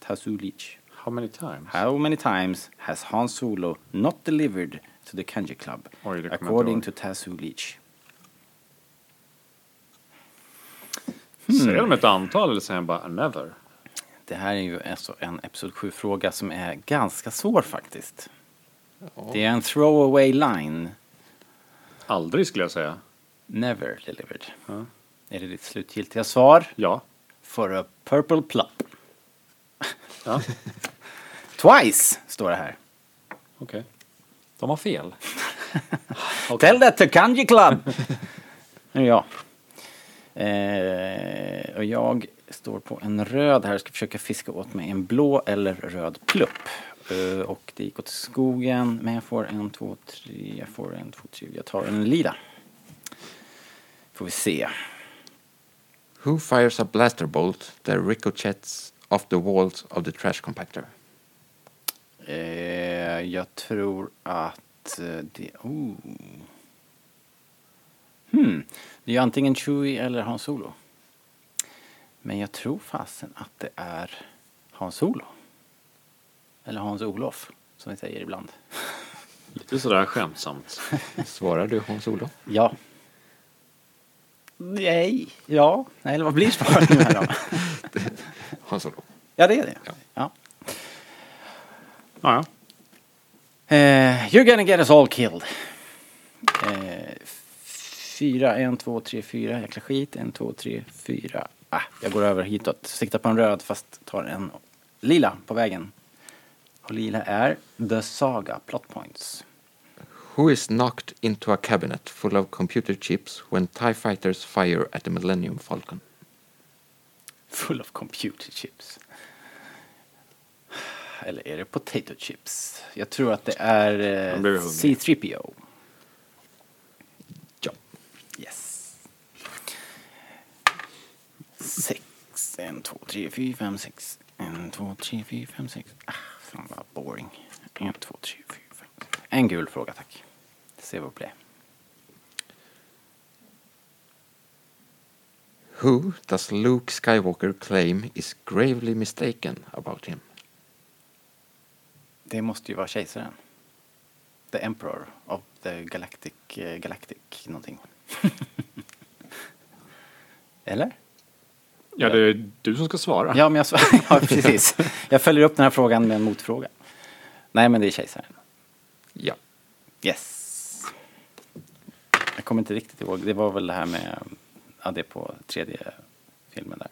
A: Tasulich.
C: How many times?
A: How many times has Han Solo not delivered to the Kanji Club
C: Oj, det kommer jag inte
A: according
C: ihåg.
A: to Tasulich?
C: Säger de ett antal eller säger han bara never?
A: Det här är ju alltså en Episod 7-fråga som är ganska svår faktiskt. Det är en throwaway line.
C: Aldrig skulle jag säga.
A: Never delivered. Är det ditt slutgiltiga svar?
C: Ja.
A: For a purple plop.
C: Ja,
A: Twice, står det här.
C: okej. De har fel.
A: Tell that to Kanji Club! nu är jag. Eh, och jag står på en röd här och ska försöka fiska åt mig en blå eller röd plupp. Eh, och det gick åt skogen, men jag får en, två, tre, jag får en, två, tre, jag tar en lila. Får vi se.
B: Who fires a blaster bolt that ricochets off the walls of the trash compactor?
A: Eh, jag tror att eh, det... Oh. Hmm. Det är ju antingen Chewie eller Hans Solo. Men jag tror fasen att det är Hans Solo. Eller Hans Olof, som vi säger ibland.
C: Lite sådär skämtsamt.
B: Svarar du Hans-Olof?
A: Ja. Nej. Ja. Nej, eller vad blir svaret nu här då?
B: Hans-Olof.
A: ja, det är det.
B: Ja.
A: Ja.
C: Ja, ja.
A: Eh, you're gonna get us all killed. Eh, fyra, en, två, tre, fyra. Jäkla skit. En, två, tre, fyra. Ah, jag går över hitåt. Siktar på en röd fast tar en lila på vägen. Och lila är The Saga Plot Points.
B: Who is knocked into a cabinet full of computer chips when TIE fighters fire at the Millennium Falcon?
A: Full of computer chips. Eller är det potato chips? Jag tror att det är eh,
C: Jag blir hungrig.
A: C3PO.
B: Ja.
A: Yes. Sex, en, två, tre, fyra, fem, sex. En, två, tre, fyra, fem, sex. Ah, fan vad boring. En, två, tre, fyra, fem. sex. En gul fråga tack. Se vad det blir.
B: Who does Luke Skywalker claim is gravely mistaken about him?
A: Det måste ju vara kejsaren. The Emperor of the Galactic, eh, Galactic någonting. Eller?
C: ja, det är du som ska svara.
A: Ja, men jag, svar- ja, precis. Jag följer upp den här frågan med en motfråga. Nej, men det är kejsaren.
B: Ja.
A: Yes. Jag kommer inte riktigt ihåg. Det var väl det här med... Ja, det på tredje filmen där.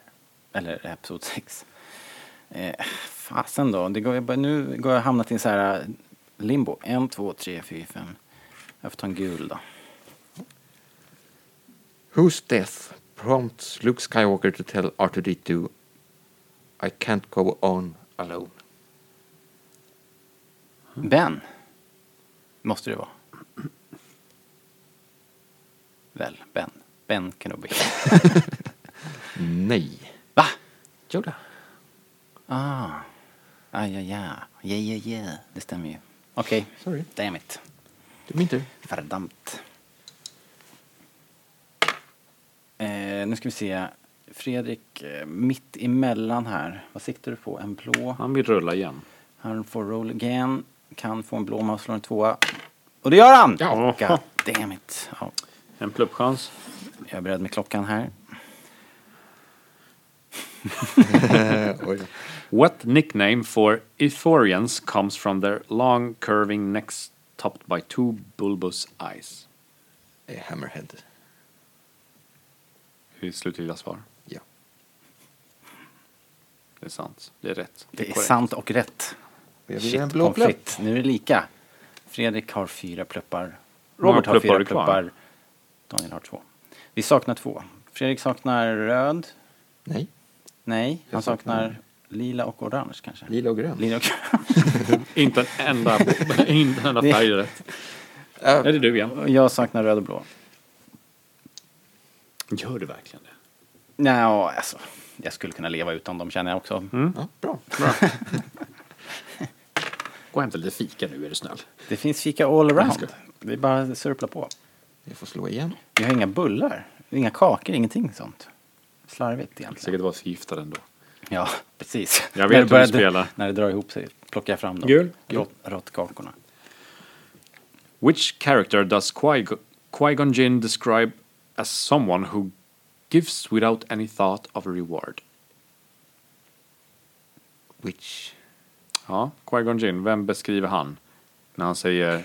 A: Eller episod 6. Eh, fasen då. Det går, jag bara- nu går jag hamnat i en så här Limbo. En, två, tre, fyra, fem. Jag får ta en gul då.
B: Whose death prompts Luke Skywalker to tell R2D2, I can't go on alone?
A: Ben. Måste det vara. Väl, Ben. Ben Kenobi.
B: Nej.
A: Va?
B: Yoda.
A: Ah. Ah, ja, ja. Ja, ja, ja. Det stämmer ju. Okej.
B: Sorry.
A: Damn it.
B: Det är min tur.
A: Verdammt. Eh, nu ska vi se. Fredrik, eh, mitt emellan här. Vad siktar du på? En blå.
C: Han vill rulla igen.
A: Han får roll again. Kan få en blå om han slår en tvåa. Och det gör han!
C: Ja.
A: God damn it. Ja,
C: En pluppchans.
A: jag är beredd med klockan här.
C: What nickname for Ithorians comes from their long curving necks topped by two bulbous eyes?
B: Eh, Hammerhead.
C: Det är slutliga svar.
B: Ja.
C: Det är sant. Det är rätt.
A: Det är
C: korrekt.
A: sant och rätt.
B: Och Jag vill
A: Shit,
B: ha en blå
A: pommes
B: plupp.
A: frites. Nu är det lika. Fredrik har fyra pluppar.
C: många
A: Robert har
C: pluppar har
A: fyra
C: du kvar?
A: pluppar. Daniel har två. Vi saknar två. Fredrik saknar röd.
B: Nej,
A: Nej, han
B: Jag saknar-
A: saknar lila och orange kanske.
B: lila och grön.
A: Lila och
C: Inte en enda, inte en enda färg är rätt.
B: Äh,
C: Är det du igen?
A: Jag saknar röd och blå.
C: Gör du verkligen det?
A: Nej, alltså. Jag skulle kunna leva utan dem känner jag också.
C: Mm.
B: ja, bra.
C: Gå och hämta lite fika nu är du snäll.
A: Det finns fika all around. Det är bara att surpla på.
B: Jag får slå igen.
A: Vi har inga bullar, inga kakor, ingenting sånt. Slarvigt egentligen.
C: Säkert vara förgiftad ändå.
A: Ja, precis. När
C: Jag vet
A: det
C: hur du
A: börjar-
C: spelar.
A: När det drar ihop sig plockar jag fram dem.
C: Gul.
A: Rått- Råttkakorna.
C: Which character does Qui- Qui-Gon Jinn describe as someone who gives without any thought of a reward?
B: Which...
C: Ja, Qui-Gon Jinn, vem beskriver han när han säger
B: Eh,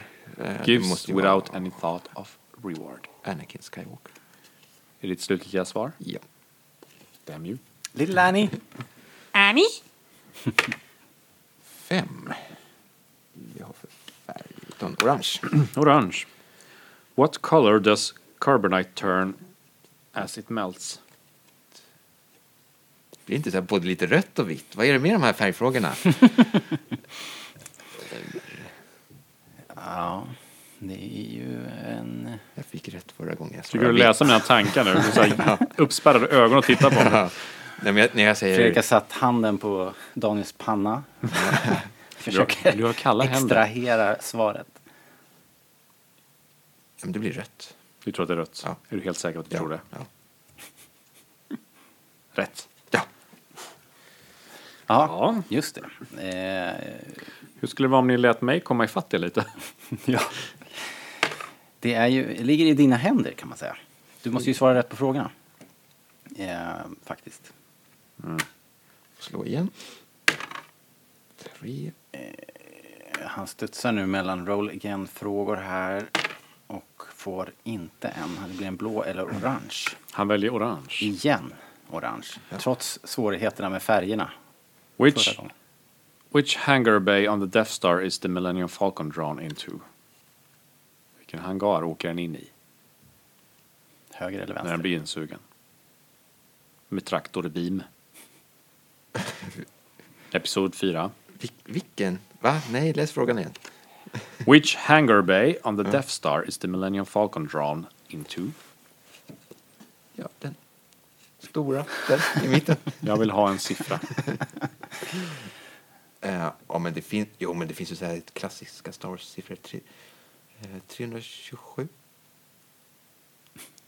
B: det
C: gives
B: måste ju
C: without
B: vara-
C: any thought of reward?
B: Anakin Skywalker.
C: Är ditt slutgiltiga svar?
B: Ja.
C: Damn you.
A: Little Annie.
B: Fem. Jag har för färg utan orange.
C: Orange. What color does carbonite turn as it melts?
B: Det är inte så här både lite rött och vitt. Vad är det med de här färgfrågorna?
A: Ja, det är ju en...
B: Jag fick rätt förra gången. Jag
C: Tycker du
B: svarade
C: läsa mina tankar nu? Du är så här uppspärrade ögon och tittar på mig.
B: vitt. Nej, men jag, när jag säger...
A: Fredrik har satt handen på Daniels panna. Försöker
C: Du har kalla händer.
A: extrahera svaret.
B: Ja, men det blir rött.
C: Du tror att det är rött?
B: Ja.
C: Är du helt säker på att du tror det?
B: Ja.
C: Rätt.
B: ja.
A: Ja,
C: Ja.
A: just det. Eh,
C: Hur skulle det vara om ni lät mig komma ifatt er lite?
A: ja. Det är ju, det ligger i dina händer kan man säga. Du måste ju svara rätt på frågorna. Eh, faktiskt.
B: Slå igen. Tre.
A: Han studsar nu mellan roll again-frågor här och får inte en. Det blir en blå eller orange.
C: Han väljer orange.
A: Igen orange. Trots svårigheterna med färgerna. förra
C: Which,
A: gången.
C: which hangar bay on the Death Star is the Millennium Falcon drawn into? Vilken hangar åker den in i
A: Höger eller
C: när
A: vänster?
C: den blir insugen? Med traktor i beam. Episod 4.
B: Vil- vilken? Va? Nej, läs frågan igen.
C: Which hangar bay on the Death Star is the Millennium Falcon drawn into?
B: Ja, den stora. Den i mitten.
C: Jag vill ha en siffra.
B: Eh, ja, men det fin- jo, men det finns ju så här ett klassiska Star Wars-siffror. Tre- eh, 327.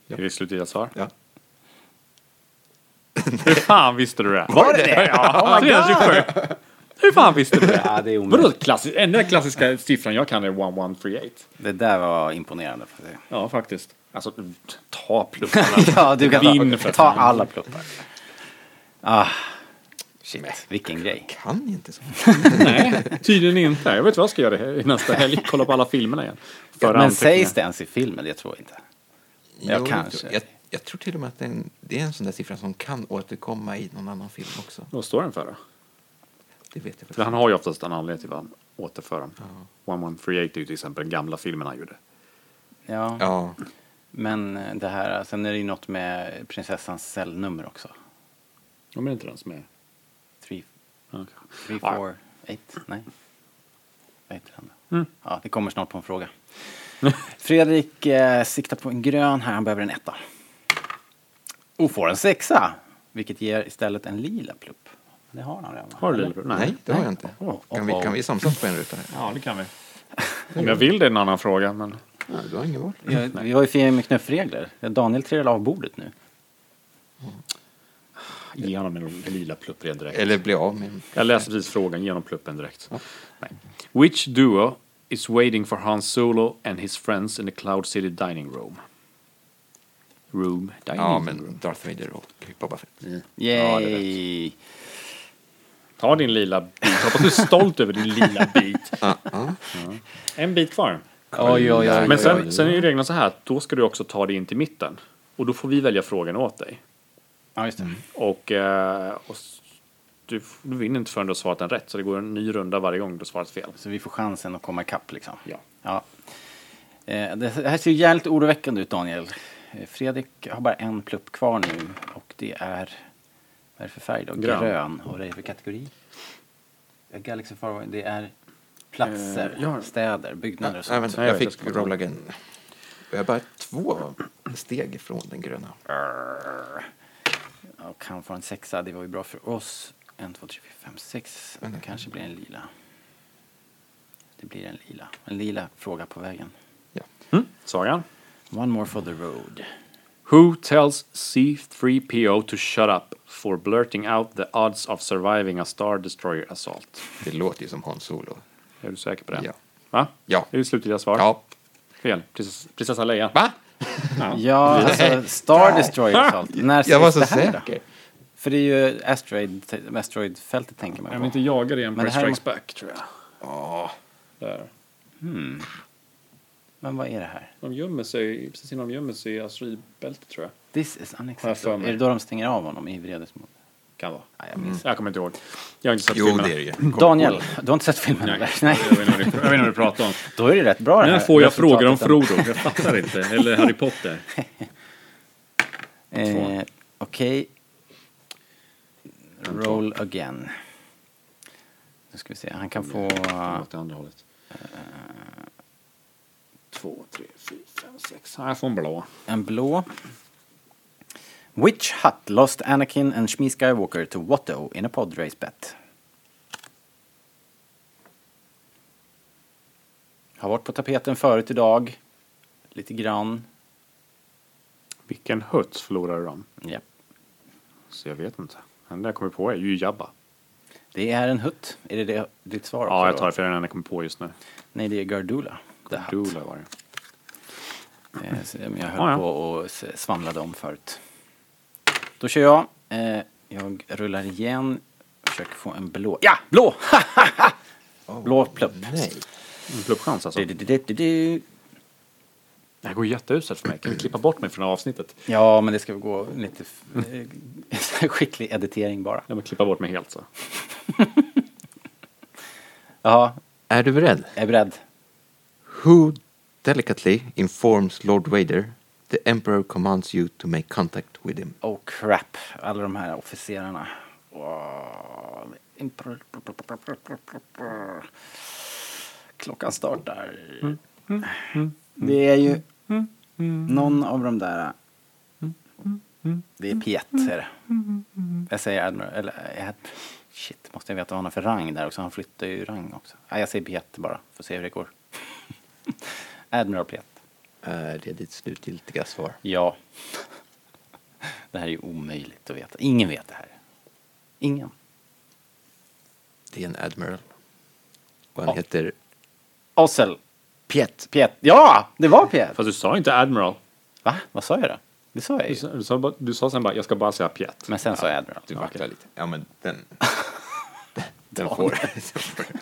C: Är det slutliga svar?
B: Ja.
C: Hur fan visste du det?
A: Var det det?
C: Ja, 327. Hur fan visste du det?
A: Ja, det är
C: Vadå
A: omöjligt.
C: klassisk? Enda klassiska siffran jag kan är 1138.
A: Det där var imponerande. får jag säga.
C: Ja, faktiskt. Alltså, ta plupparna.
A: ja, du kan
C: Vinn
A: ta,
C: för
A: ta
C: fan.
A: alla pluppar. Ah, shit, vilken grej.
B: Kan inte så.
C: Nej, tydligen inte. Jag vet vad jag ska göra i nästa helg. Kolla på alla filmerna igen. Föra
A: Men sägs det
C: anteckningar.
A: ens i filmen? Det tror jag inte. Ja, kanske.
B: Jag, jag tror till och med att den, det är en sån där siffra som kan återkomma i någon annan film också.
C: Vad står den för då?
B: Det vet jag
C: För
B: faktiskt.
C: han har ju oftast en anledning till vad han återför dem. 1138 är ju till exempel den gamla filmen han gjorde.
A: Ja.
B: Ja,
A: Men eh, det här, sen är det ju något med prinsessans cellnummer också.
C: Ja, men det är inte den som är...
A: 3,
C: Okay.
A: 3,
C: Ja.
A: 4, 8, nej. Vad heter den då?
C: Mm.
A: Ja, det kommer snart på en fråga. Fredrik eh, siktar på en grön här, han behöver en etta. Och får en sexa, vilket ger istället en lila plupp. Det har han redan. va?
C: Har du
A: Eller?
C: Lillebror?
B: nej, det har jag inte.
A: Oh, oh,
B: Kan vi,
A: oh.
B: kan vi samsas på en ruta? här?
C: Ja, det kan vi. Om jag vill det är en annan fråga, men...
B: Ja, du har ingen val.
C: Mm,
A: Ja, vi har ju fina med knuffregler. Daniel trillar av bordet nu.
C: Ge honom en lila plupp redan direkt.
B: Eller bli av med en.
C: Jag läser precis frågan genom pluppen direkt. Nej. Which duo is waiting for Han Solo and his friends in the Cloud City dining room? Room, dining
B: Ja,
C: room.
B: men Darth Vader och Boba Fett.
C: Ja, det är
A: Yay!
C: Ta din lila bit. Hoppas du är stolt över din lila bit.
B: Ja, ja.
C: En bit kvar.
A: Oj, oj, oj.
C: Men
B: oj, oj.
C: sen, sen är ju reglerna så här att då ska du också ta dig in till mitten. Och då får vi välja frågan åt dig.
A: Ja, just det.
C: Mm. Och, eh, och s- du, f- du vinner inte förrän du har svarat den rätt. Så det går en ny runda varje gång du har svarat fel.
A: Så vi får chansen att komma ikapp liksom.
C: Ja.
A: Ja. Eh, Det här ser ju jävligt oroväckande ut Daniel. Eh, Fredrik har bara en plupp kvar nu och det är, vad är det för färg då?
C: Grön.
A: Grön. Och vad är det för kategori? Ja, Galaxy Farway, det är platser,
C: Eh, ja.
A: städer, byggnader och
B: Nej,
A: sånt.
B: vänta,
C: Nej,
B: jag
C: jag
B: fick
C: ska-
B: roll again. Jag är bara två steg ifrån den gröna.
A: Och han får en sexa, det var ju bra för oss. En, två, tre, fyra, fem, sex.
C: Mm.
B: Vänta.
A: kanske blir en lila. Det blir en lila. En lila fråga på vägen.
B: Ja.
C: Mm. Sagan?
A: One more for the road.
C: Who tells C3PO to shut up for blurting out the odds of surviving a Star Destroyer assault?
B: Det låter ju som Han Solo.
C: Är du säker på det?
B: Ja.
C: Va?
B: Ja.
C: Det är det slutliga svar?
B: Ja.
C: Fel. Prinsess- Prinsessa Leia.
B: Va?
A: Ja, alltså Star Destroyer Assault. När ses
B: Jag var så
A: det här
B: säker.
A: Då? För det är ju asteroid, asteroidfältet tänker man
C: Jag
A: på.
C: vill inte jaga det i
A: Men
C: Empire
A: det här
C: Strikes
A: må-
C: Back, tror jag.
B: Ja.
C: Där.
A: Men vad är det här?
C: De gömmer sig, precis innan de gömmer sig i asteroidbältet, tror jag.
A: This is
C: Har jag för
A: unacceptable.
C: mig.
A: Är det då de stänger av honom i vredesmod?
C: Kan vara.
A: Nej, jag minns
C: Jag kommer inte ihåg. Jag har inte sett
B: Mm. Jo,
C: filmerna.
B: det är det ju.
A: Daniel, du har inte sett filmen
C: Mm. Nej.
A: eller?
C: Nej.
A: Nej.
C: Jag vet inte vad ni- jag vet inte vad du pratar om.
A: Då är det rätt bra det här
C: När får jag
A: resultatet.
C: frågor om Frodo? Jag fattar inte. Eller Harry Potter.
A: Eh, Okej. Roll again. Nu ska vi se, han kan få...
C: Den åt det andra hållet. Eh, Två, tre, fyra, fem, sex. Nej, Jag får en blå.
A: En blå. Which hut lost Anakin and Shmi Skywalker to Watto in a pod race bet? Har varit på tapeten förut idag. Lite grann.
C: Vilken hutt förlorade de?
A: Japp.
C: Så jag vet inte. Den där jag kommer på är ju Jabba.
A: Det är en hutt. Är det, det ditt svar? också
C: Ja, jag
A: då?
C: tar det för den enda jag kommer på just nu.
A: Nej, det är Gardula. The Hut.
C: Dula var det.
A: Eh, som jag höll
C: Ja, ja.
A: på och s- svamlade om förut. Då kör jag. Eh, jag rullar igen. Försöker få en blå. Ja, blå! blå plupp.
B: Nej.
C: En pluppchans alltså.
A: Du, du, du, du, du, du.
C: Det här går jätteuselt för mig. Kan vi klippa bort mig från det här avsnittet?
A: Ja, men det ska gå lite f- eh, skicklig editering bara.
C: Ja, men klippa bort mig helt så.
A: Ja,
B: Är du beredd?
A: jag är beredd.
B: Who delicately informs Lord Vader the Emperor commands you to make contact with him?
A: Oh crap, alla de här officerarna. Wow. Impro- Klockan startar. Det är ju någon av de där. Det är Pieter. Jag säger Admiral, eller eh, shit, måste jag veta vad han har för rang där också. Han flyttar ju rang också. Nej, jag säger Pieter bara, får se hur det går. Admiral Pieter.
B: Är Äh, det ditt slutgiltiga svar?
A: Ja. Det här är ju omöjligt att veta. Ingen vet det här. Ingen.
B: Det är en Admiral. Och han heter
A: Ossel.
B: Piet.
A: Piet. Ja, det var Piet.
C: Fast du sa inte Admiral.
A: Va? Vad sa jag då? Det sa jag
C: Du
A: ju.
C: sa, du sa, bara- du sa sen bara, jag ska bara säga Piet.
A: Men sen sa jag Admiral.
B: Du vacklar lite. Ja, men den... den får...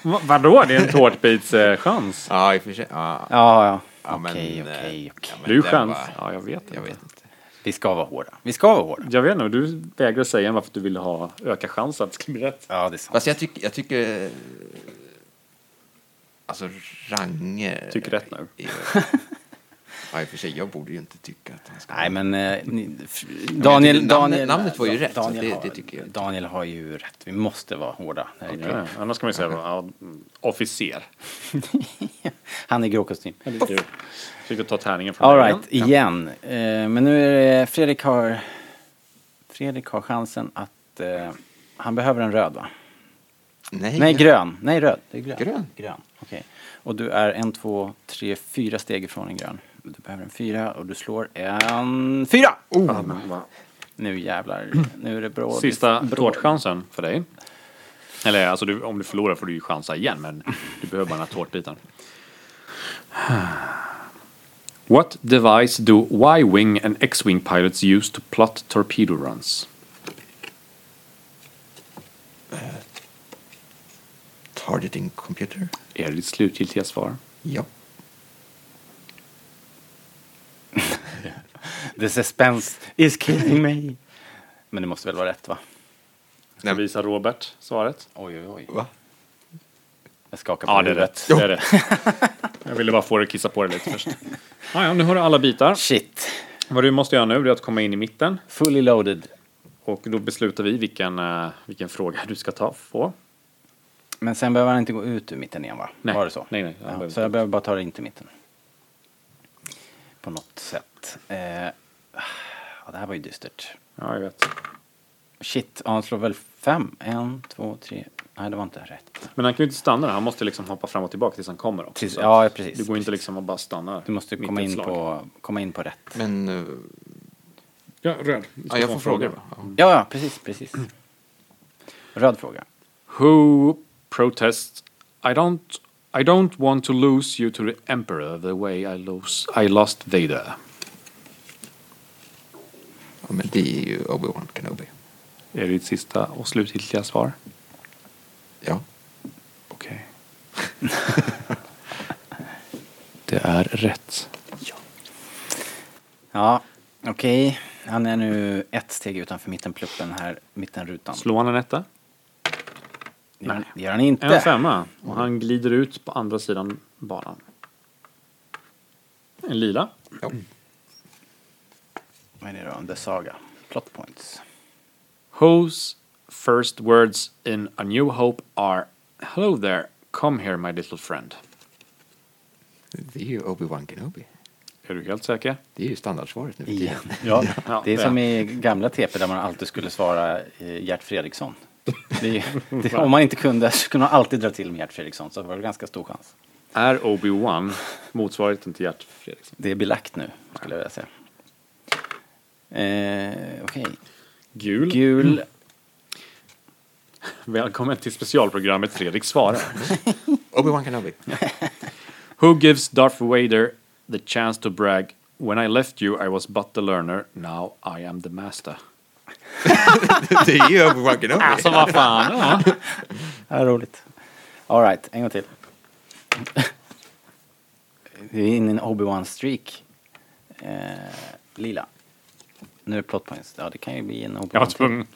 C: Va, vadå? Det är en tårtbitschans.
B: ja, i och för sig. Ja,
A: Ja, ja.
B: ja, men,
A: Okej,
B: eh,
A: okej, okej.
B: ja, men
C: Du är
B: den
C: chans.
B: var-
C: Ja, jag vet inte.
B: Jag vet inte.
A: Vi ska vara hårda. Vi ska vara hårda.
C: Jag vet inte, du vägrar säga varför du ville ha öka chansen att det skulle bli rätt.
A: Ja, det är sant.
B: Fast jag, tyck, jag tycker... eh, Alltså Range...
C: Tycker rätt nu.
B: är- Ja, i och för sig, jag borde ju inte tycka att han ska...
A: Nej, men... eh, Ni, f- Daniel,
B: namnet-
A: Daniel,
B: namnet var ju rätt, så
A: Daniel,
B: det-
A: har,
B: det tycker jag.
A: Daniel har ju rätt. Vi måste vara hårda. när det är
C: Ja, annars kan man ju säga ja, mm, officer.
A: krig. Han är grå kostym.
C: Eller hur? Fick du ta tärningen från
A: All
C: början?
A: right, igen. Eh, Men nu är det Fredrik har... Fredrik har chansen att... eh, Han behöver en röd, va?
B: Nej,
A: Nej, grön. Nej, röd. Det är grön.
B: Grön.
A: grön. Okej. Och du är en, två, tre, fyra steg ifrån en grön. Du behöver en fyra och du slår en fyra!
C: Ja, men vad-
A: Nu jävlar. Nu är det bråd.
C: Sista
A: bråd.
C: tårtchansen för dig. Eller alltså, du, om du förlorar får du ju chansa igen, men du behöver bara den här tårtbiten. What device do Y-wing and X-wing pilots use to plot torpedo runs?
B: Targeting computer?
C: Är det ditt slutgiltiga svar?
B: Ja.
A: The suspense is killing me. Men det måste väl vara rätt, va?
B: Nej, men-
C: Visa Robert svaret.
A: Oj, oj, oj.
B: va?
A: Jag skakar på
C: Ja, det är
A: huvudet.
C: rätt. Det är rätt. Jag ville bara få dig att kissa på dig lite först. Ah, ja, nu har du alla bitar.
A: Shit.
C: Vad du måste göra nu det är att komma in i mitten
A: Fully loaded.
C: och då beslutar vi vilken, eh, vilken fråga du ska ta få.
A: Men sen behöver han inte gå ut ur mitten igen, va?
C: Nej.
A: Var det så?
C: Nej, nej, han
A: ja,
C: behöver
A: så
C: inte.
A: jag behöver bara ta det in till mitten. På något sätt. Eh, ja, det här var ju dystert.
C: Ja, jag vet.
A: Shit, ja, han slår väl fem? En, två, tre. Nej, det var inte rätt.
C: Men han kan ju inte stanna där, han måste liksom hoppa fram och tillbaka tills han kommer också.
A: Tills,
C: Så
A: ja,
C: att
A: precis.
C: Du går inte liksom och bara stannar.
A: Du måste
C: mitt
A: komma
C: i ett
A: in,
C: slag.
A: på, komma in på rätt.
B: Men... eh,
C: Ja, röd. Du ska
B: Ja, jag
C: få en
B: får fråga.
C: va?
B: va?
A: Ja, ja, precis, precis. Röd fråga.
C: Who protests I don't, I don't want to lose you to the emperor the way I, lose, I lost Vader?
B: Ja, men det är ju Obi-Wan Kenobi.
C: Är det ditt sista och slutgiltiga svar?
B: Ja.
C: Okej. Det är rätt.
A: Ja, okej. Han är nu ett steg utanför mittenpluppen här, mittenrutan.
C: Slår han en etta?
A: Det gör-
C: Nej.
A: Det gör han inte.
C: En femma. Och han glider ut på andra sidan banan. En lila.
B: ja.
A: Vad är det då? The Saga. Plot points.
C: Whose first words in A New Hope are Hello there, come here my little friend.
B: Det är ju Obi-Wan Kenobi.
C: Är du helt säker?
B: Det är ju standardsvaret nu för tiden.
A: Igen.
C: Ja.
A: Det är som i gamla TP där man alltid skulle svara eh, Gert Fredriksson. Det är, det, om man inte kunde så kunde man alltid dra till med Gert Fredriksson så var det ganska stor chans.
C: Är Obi-Wan motsvarigheten till Gert Fredriksson?
A: Det är belagt nu, skulle jag vilja säga. Eh, Okej.
C: Gul.
A: Gul.
C: Mm. Välkommen till specialprogrammet Fredrik svarar.
B: Obi-Wan Kenobi.
C: Who gives Darth Vader the chance to brag When I left you I was but the learner, now I am the master.
B: Det är ju Obi-Wan Kenobi.
C: Alltså vad fan! Ja.
A: Ja, roligt. All right, en gång till. Vi är inne i en Obi-Wan-streak. Eh, lila. Nu är det plot points. Ja, det kan ju bli en
C: Jag var
A: Obi-Wan.
C: tvungen.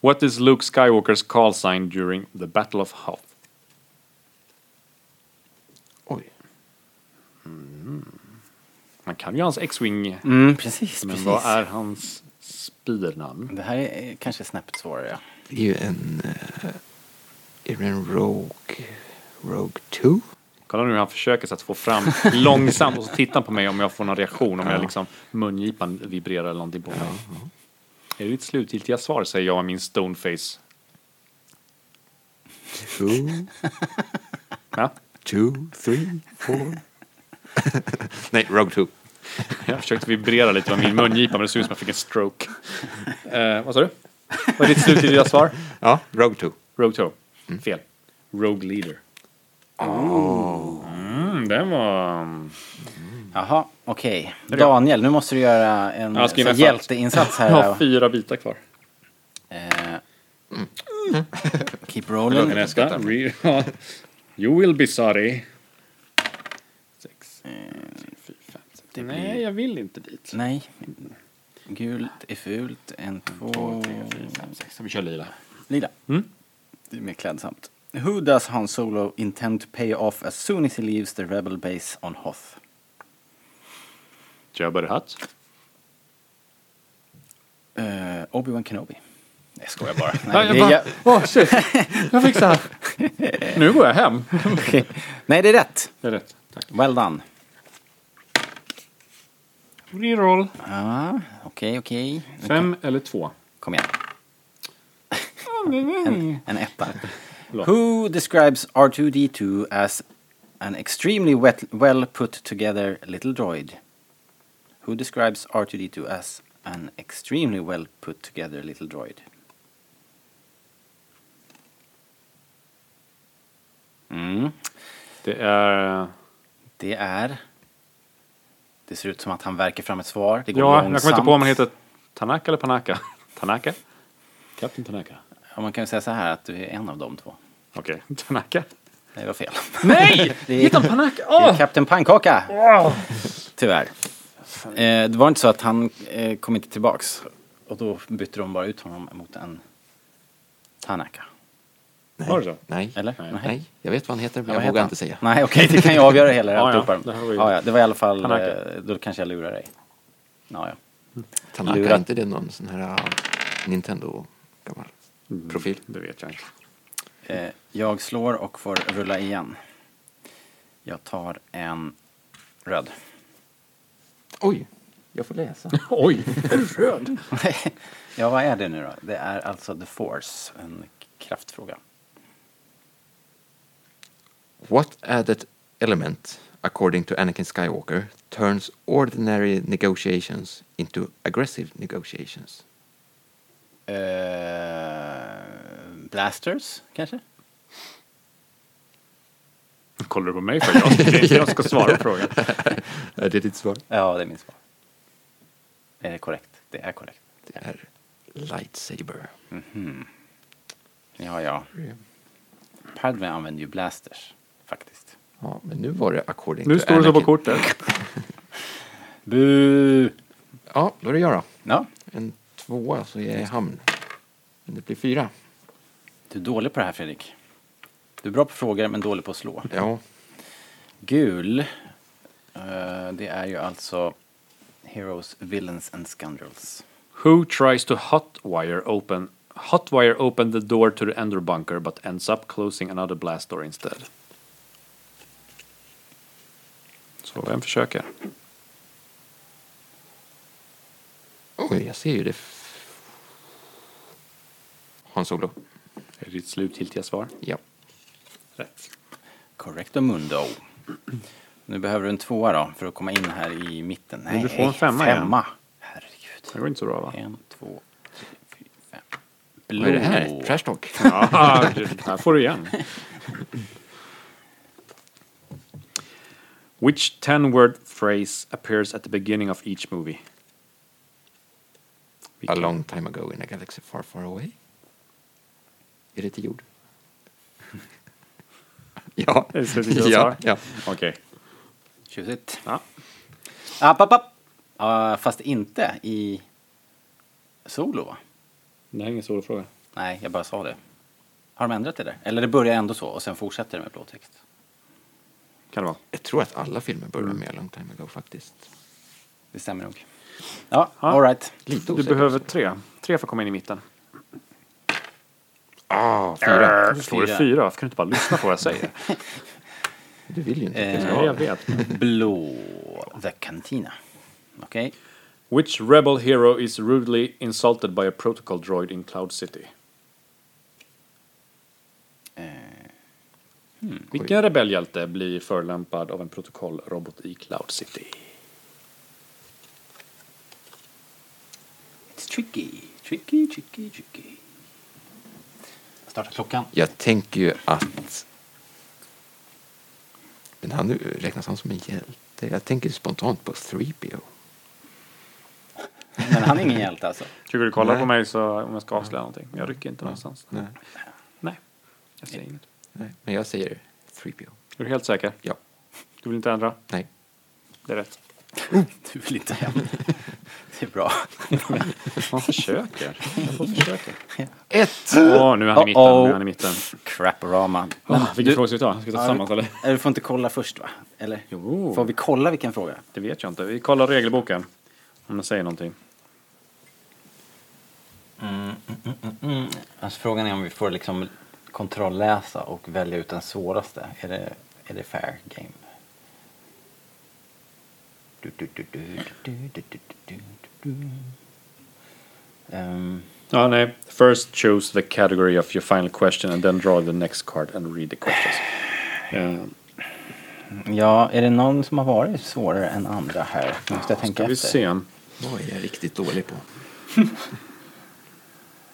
C: What is Luke Skywalker's call sign during the Battle of Hoth?
B: Oj.
C: Man kan ju hans X-Wing,
A: Mm, precis,
C: men
A: precis.
C: vad är hans speedernamn?
A: Det här är kanske snäppet svårare. ja.
B: Det är ju en... eh, är det en Rogue... Rogue 2?
C: Kolla nu hur han försöker så att få fram långsamt och så tittar han på mig om jag får någon reaktion, om jag liksom mungipan vibrerar eller någonting på mig. Är det ditt slutgiltiga svar, säger jag med min stoneface.
B: 2?
C: Ja,
B: 2? 3? 4? Nej, Rogue 2.
C: jag försökte vibrera lite med min mungipa, men det såg ut som att jag fick en stroke. Eh, vad sa du? Vad är ditt slutgiltiga svar?
B: Ja, Rogue 2.
C: Rogue 2. Fel. Rogue Leader. Oh. Mm, den var...
A: Jaha, okej. Daniel, nu måste du göra en
C: Ja, skriv
A: så,
C: en fart.
A: hjälteinsats här.
C: Jag
A: va?
C: har fyra bitar kvar.
A: Eh, Keep
C: Klockan
A: rolling.
C: är nästa. Re- ja. you will be sorry. Sex, fem, fyra, fem, sex.
A: Det blir...
C: Nej, jag vill inte dit.
A: Eh, Nej. Gult är fult. En, två...
D: Så vi kör lila.
A: Lila.
C: Mm.
A: Det är mer klädsamt. Who does Han Solo intend to pay off as soon as he leaves the rebel base on Hoth?
D: Jabba the Hutt.
A: Eh, Obi-Wan Kenobi. Jag skojar bara.
C: Nej,
A: Nej,
C: jag
A: det är,
C: bara,
A: jag,
C: Åh, shit. Jag fixar. nu går jag hem.
A: nej, det är rätt.
C: Det är rätt. Tack.
A: Well done.
C: Reroll.
A: Ja, Okej, okej.
C: Fem eller två?
A: Kom igen. en, en etta. Who describes R2D2 as an extremely wet, well put together little droid? Who describes R2D2 as an extremely well put together little droid? Mm.
C: Det är...
A: Det är... Det ser ut som att han verkar fram ett svar. Det går
C: Ja,
A: långsamt.
C: jag kommer inte på om han heter Tanaka eller Panaka. Tanaka?
D: Captain Tanaka.
A: Ja, man kan ju säga så här att du är en av de två.
C: Okej, Tanaka.
A: Nej, det var fel.
C: Nej!
A: Det är,
C: Hitta Panaka!
A: det
C: Åh!
A: är Kapten Pannkaka! Tyvärr. Eh, det var inte så att han eh, kom inte tillbaks. Och då bytte de bara ut honom mot en Tanaka.
B: Nej.
C: Var det så?
B: Nej.
A: Eller?
B: Nej. jag vet vad han heter men
A: Ja, vad
B: jag
A: heter
B: vågar
A: han?
B: inte säga.
A: Nej, okej, det kan jag avgöra hela
C: Ja, ja,
A: alltihopa.
C: det här var ju-
A: ja, ja, det var i alla fall,
C: Tanaka.
A: eh, då kanske jag lurar dig. Ja, ja.
B: Tanaka,
A: Lura.
B: är inte det någon sån här uh, Nintendo gammal profil?
C: Det vet jag inte.
A: Eh, jag slår och får rulla igen. Jag tar en röd.
B: Oj, jag får läsa.
C: Oj, röd!
A: ja, vad är det nu då? Det är alltså The Force, en kraftfråga.
B: What added element, according to Anakin Skywalker, turns ordinary negotiations into aggressive negotiations?
A: Eh, blasters, kanske?
C: Kollar du på mig för jag ska, jag ska svara på frågan.
B: Det är ditt svar.
A: Ja, det är min svar. Är det korrekt? Det är korrekt.
B: Det är lightsaber.
A: Ja, ja. Padme använder ju blasters, faktiskt.
B: Ja, men nu var det according
C: Nu
B: to
C: står det så på
B: Anakin.
C: kortet.
A: Bu!
B: Ja, då är det jag då.
A: Ja,
B: En tvåa så är jag i hamn. Men det blir fyra.
A: du är dålig på det här, Fredrik. Du är bra på frågor, men dålig på att slå.
B: Ja,
A: Gul, eh, det är ju alltså Heroes, Villains and Scoundrels.
C: Who tries to hotwire open hotwire open the door to the ender bunker but ends up closing another blast door instead? Så vem försöker?
B: oj, jag ser ju det. Han Solo.
C: Är det ditt slutgiltiga svar?
B: Ja.
C: Rätt.
A: Correcto mundo. Nu behöver du en tvåa då, för att komma in här i mitten. Nej,
C: Men du får en femma igen.
A: Herregud.
C: Det går inte så bra va?
A: En, två, tre, fyra, fem.
B: Vad är det här? Trash talk?
C: Ja, det- här får du igen. Which ten word phrase appears at the beginning of each movie?
B: A long time ago in a galaxy far far away. Är det till jord? ja.
C: Är det så att jag
B: ja,
C: svarar?
B: ja.
C: Okej.
A: Tjusigt.
C: Ja.
A: App, app, app. Ja, fast inte i solo va?
C: Det här är ingen solofråga.
A: Nej, jag bara sa det. Har de ändrat det där? Eller det börjar ändå så och sen fortsätter det med blåtext?
C: Kan det vara.
B: Jag tror att alla filmer börjar med A long time ago faktiskt.
A: Det stämmer nog. Ja,
C: Ja.
A: alright.
B: Lite
C: Du
B: osäker.
C: behöver tre. Tre för att komma in i mitten.
B: Ah, fyra.
C: Varför slår du
A: Fyra.
C: fyra? Varför kan du inte bara lyssna på vad jag säger?
B: Du vill ju inte.
A: Eh.
C: Ja, jag vet.
A: Blå, The Cantina. Okej.
C: Which rebel hero is rudely insulted by a protocol droid in Cloud City? Hmm. Vilken rebellhjälte blir förolämpad av en protokollrobot i Cloud City?
A: It's tricky, tricky, tricky, tricky. Starta klockan.
B: Jag tänker ju att... Men han nu räknas han som en hjälte. Jag tänker spontant på 3PO.
A: Men han är ingen hjälte alltså.
C: Tycker du kollar
B: Nej.
C: på mig så om jag ska avslöja någonting? Jag rycker inte någonstans.
B: Nej,
C: Nej, jag säger inget.
B: nej. Men jag säger 3PO.
C: Är du helt säker?
B: Ja.
C: Du vill inte ändra?
B: Nej.
C: Det är rätt.
A: Du vill inte hem. Det är bra.
C: Man försöker. Man får försöka.
A: Ett!
C: Åh, nu är han i mitten. Nu är han i mitten.
A: Craporama.
C: Oh, vilken
A: Du-
C: fråga ska vi ta? Ska vi ta tillsammans eller?
A: Nej, Du får inte kolla först va? Eller?
C: Jo.
A: Får vi kolla vilken fråga?
C: Det vet jag inte. Vi kollar regelboken. Om den säger någonting.
A: Alltså, frågan är om vi får liksom kontrollläsa och välja ut den svåraste. Är det, är det fair game? Du, du, du, du, du, du, du, du, du, du, du. Ehm,
C: Ja, nej. First choose the category of your final question and then draw the next card and read the questions. Eh,
A: ja, är det någon som har varit svårare än andra här? Nu Måste jag tänka
C: ska vi
A: efter.
C: se.
B: Vad är jag riktigt dålig på?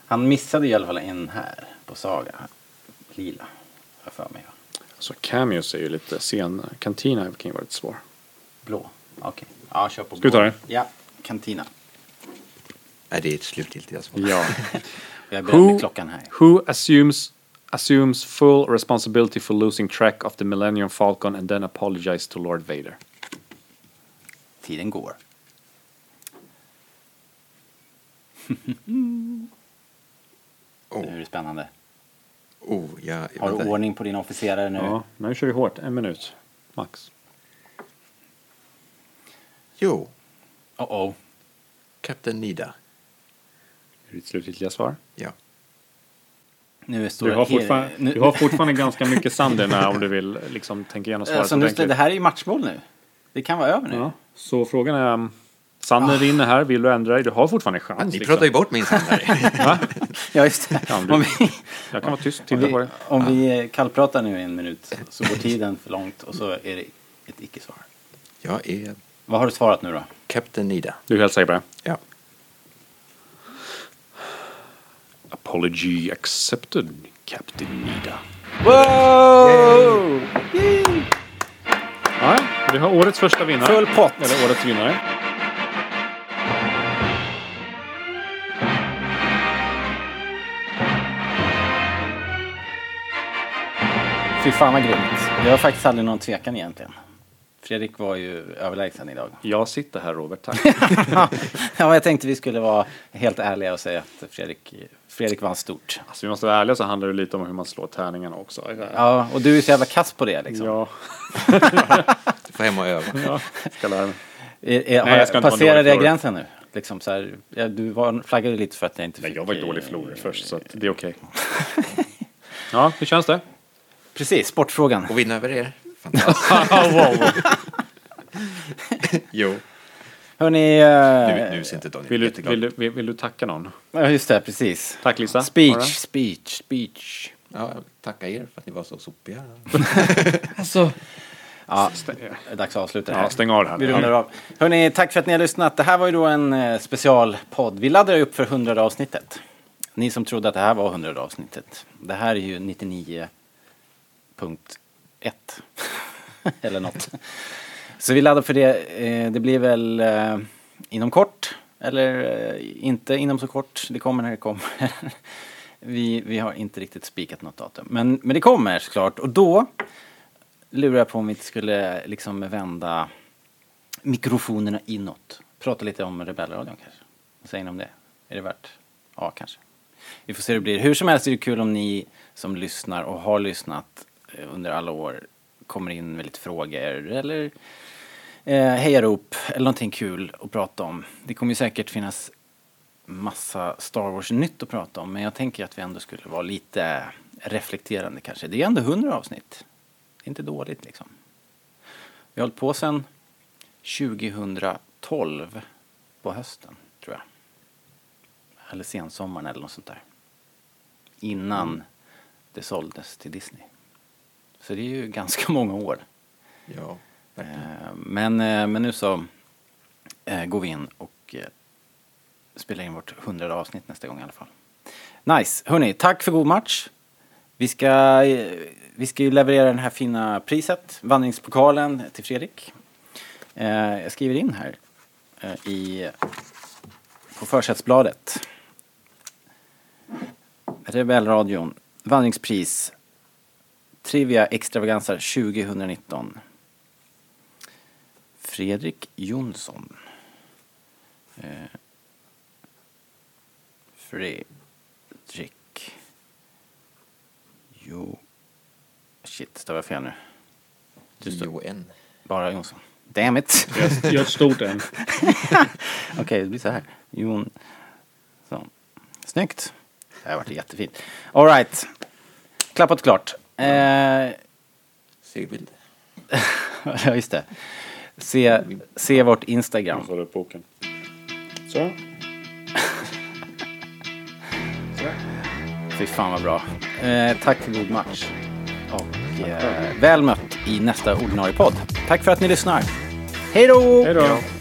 A: Han missade i alla fall en här på Saga. Lila, har jag för mig. va?
C: Så cameos är Alltså, ju lite sen. Kantina kan ju vara lite svår.
A: Blå. Okej. Ja, kör på
C: Ska vi ta
A: blå.
C: det?
A: Ja, Cantina.
B: Nej, det är ett slutgiltiga svar.
C: Ja.
A: Jag börjar
C: Who,
A: med klockan här.
C: who assumes assumes full responsibility for losing track of the Millennium Falcon and then apologize to Lord Vader?
A: Tiden går.
B: Oh.
A: Nu är det spännande.
B: Oh, jag,
A: Har du
B: vänta.
A: ordning på dina officerare nu?
C: Ja, nu kör vi hårt. En minut, max.
B: Jo,
A: Oh -oh.
B: Kapten Nida.
C: Är det ditt slutgiltiga svar?
B: Ja.
A: Nu är
C: Du
A: stora
C: har,
A: Kir-
C: fortfarande,
A: nu,
C: du har fortfarande ganska mycket sand i den här om du vill liksom, tänka igenom svaret
A: alltså, nu,
C: ordentligt.
A: det här är ju matchboll nu. Det kan vara över nu.
C: Ja, så frågan är... um, Sanden rinner här, vill du ändra dig? Du har fortfarande en chans.
B: Ni
C: liksom.
B: pratar ju bort min sandare.
A: Ja, just det.
C: Ja, men du-
A: om vi,
C: Jag kan vara tyst,
A: om
C: titta på
A: vi,
C: det.
A: om vi eh, kallpratar nu i en minut så- så går tiden för långt och så är det ett icke-svar.
B: jag är
A: Vad har du svarat nu då?
B: Kapten Nida.
C: Du är helt säker på det?
B: Ja.
C: Apology accepted, Captain Nida. Wow! Ja, vi har årets första vinnare.
A: Full pott.
C: Eller årets vinnare.
A: Fy fan vad grymt. Jag har faktiskt aldrig någon tvekan egentligen. Fredrik var ju överlägsen idag.
C: Jag sitter här, Robert. Tack.
A: ja, jag tänkte vi skulle vara helt ärliga och säga att Fredrik, Fredrik vann stort.
C: alltså, vi måste vara ärliga så handlar det lite om hur man slår tärningarna också.
A: Ja, och du är så jävla kass på det liksom.
C: Ja,
B: Du får hem och öva.
C: ja. Ska lära mig.
A: Är, är, har
C: Nej, jag
A: jag
C: ska inte vara
A: passerar
C: dålig
A: jag
C: förlorare.
A: gränsen nu? Liksom så här, ja, du var, flaggade lite för att jag inte
C: Nej,
A: fick...
C: jag var ju dålig
A: eh,
C: förlorare först, så att det är okej. Ja, hur känns det?
A: Precis, sportfrågan.
B: Och vinna över er. Fantastiskt. Jo.
A: Hörni...
B: Nu,
A: Eh,
B: nu ser inte Daniel
C: Vill du,
B: jätteglad
C: vill, du, vill, vill du tacka någon?
A: ja, just det, precis.
C: Tack, Lisa. Har du?
A: Speech, speech, speech.
B: Ja, jag tackar er för att ni var så sopiga.
A: Ja, det är dags att avsluta det här.
C: Ja, stäng av det här.
A: Vi rundar av. Hörrni, tack för att ni har lyssnat. Det här var ju då en eh, specialpodd. Vi laddar ju upp för 100 avsnittet. Ni som trodde att det här var 100 avsnittet. Det här är ju 99.1. Eller något. Så vi laddar för det. Eh, Det blir väl eh, inom kort. Eller eh, inte inom så kort. Det kommer när det kommer. Vi, vi har inte riktigt spikat något datum. Men, men det kommer såklart. Och då lurar jag på om vi inte skulle liksom vända mikrofonerna inåt. Prata lite om Rebellradion kanske. Vad säger ni om det? Är det värt? Ja, kanske. Vi får se hur det blir. Hur som helst är det kul om ni som lyssnar och har lyssnat eh, under alla år kommer in med lite frågor eller eh, hejarop eller någonting kul att prata om. Det kommer ju säkert finnas massa Star Wars-nytt att prata om men jag tänker att vi ändå skulle vara lite reflekterande kanske. Det är ändå 100 avsnitt. Det är inte dåligt liksom. Vi har hållit på sedan 2012 på hösten, tror jag. Eller sensommaren eller något sånt där. Innan det såldes till Disney. Så det är ju ganska många år.
B: Ja.
A: Eh, Men, eh, men nu så eh, går vi in och eh, spelar in vårt hundrade avsnitt nästa gång i alla fall. Nice! Hörni, tack för god match. Vi ska, eh, vi ska ju leverera det här fina priset, vandringspokalen, till Fredrik. Eh, Jag skriver in här eh, i, på försättsbladet. Rebellradion, vandringspris, Trivia Extravaganza 2019. Fredrik Jonsson. Eh, Fredrik. Jo... Shit, stavar jag fel nu.
B: J-O-N.
A: Bara Jonsson. Damn it!
C: Gör ett stort en.
A: Okej, det blir så här. Jon... Så. Snyggt! Det här vart jättefint. All right. Klappat klart. Eh,
B: Segbild.
A: ja, just det. Se, se vårt Instagram.
C: Så du upp boken. Så.
A: Fy fan vad bra. Eh, tack för god match. Och eh, väl mött i nästa ordinarie podd. Tack för att ni lyssnar. Hej då!
C: Hej då.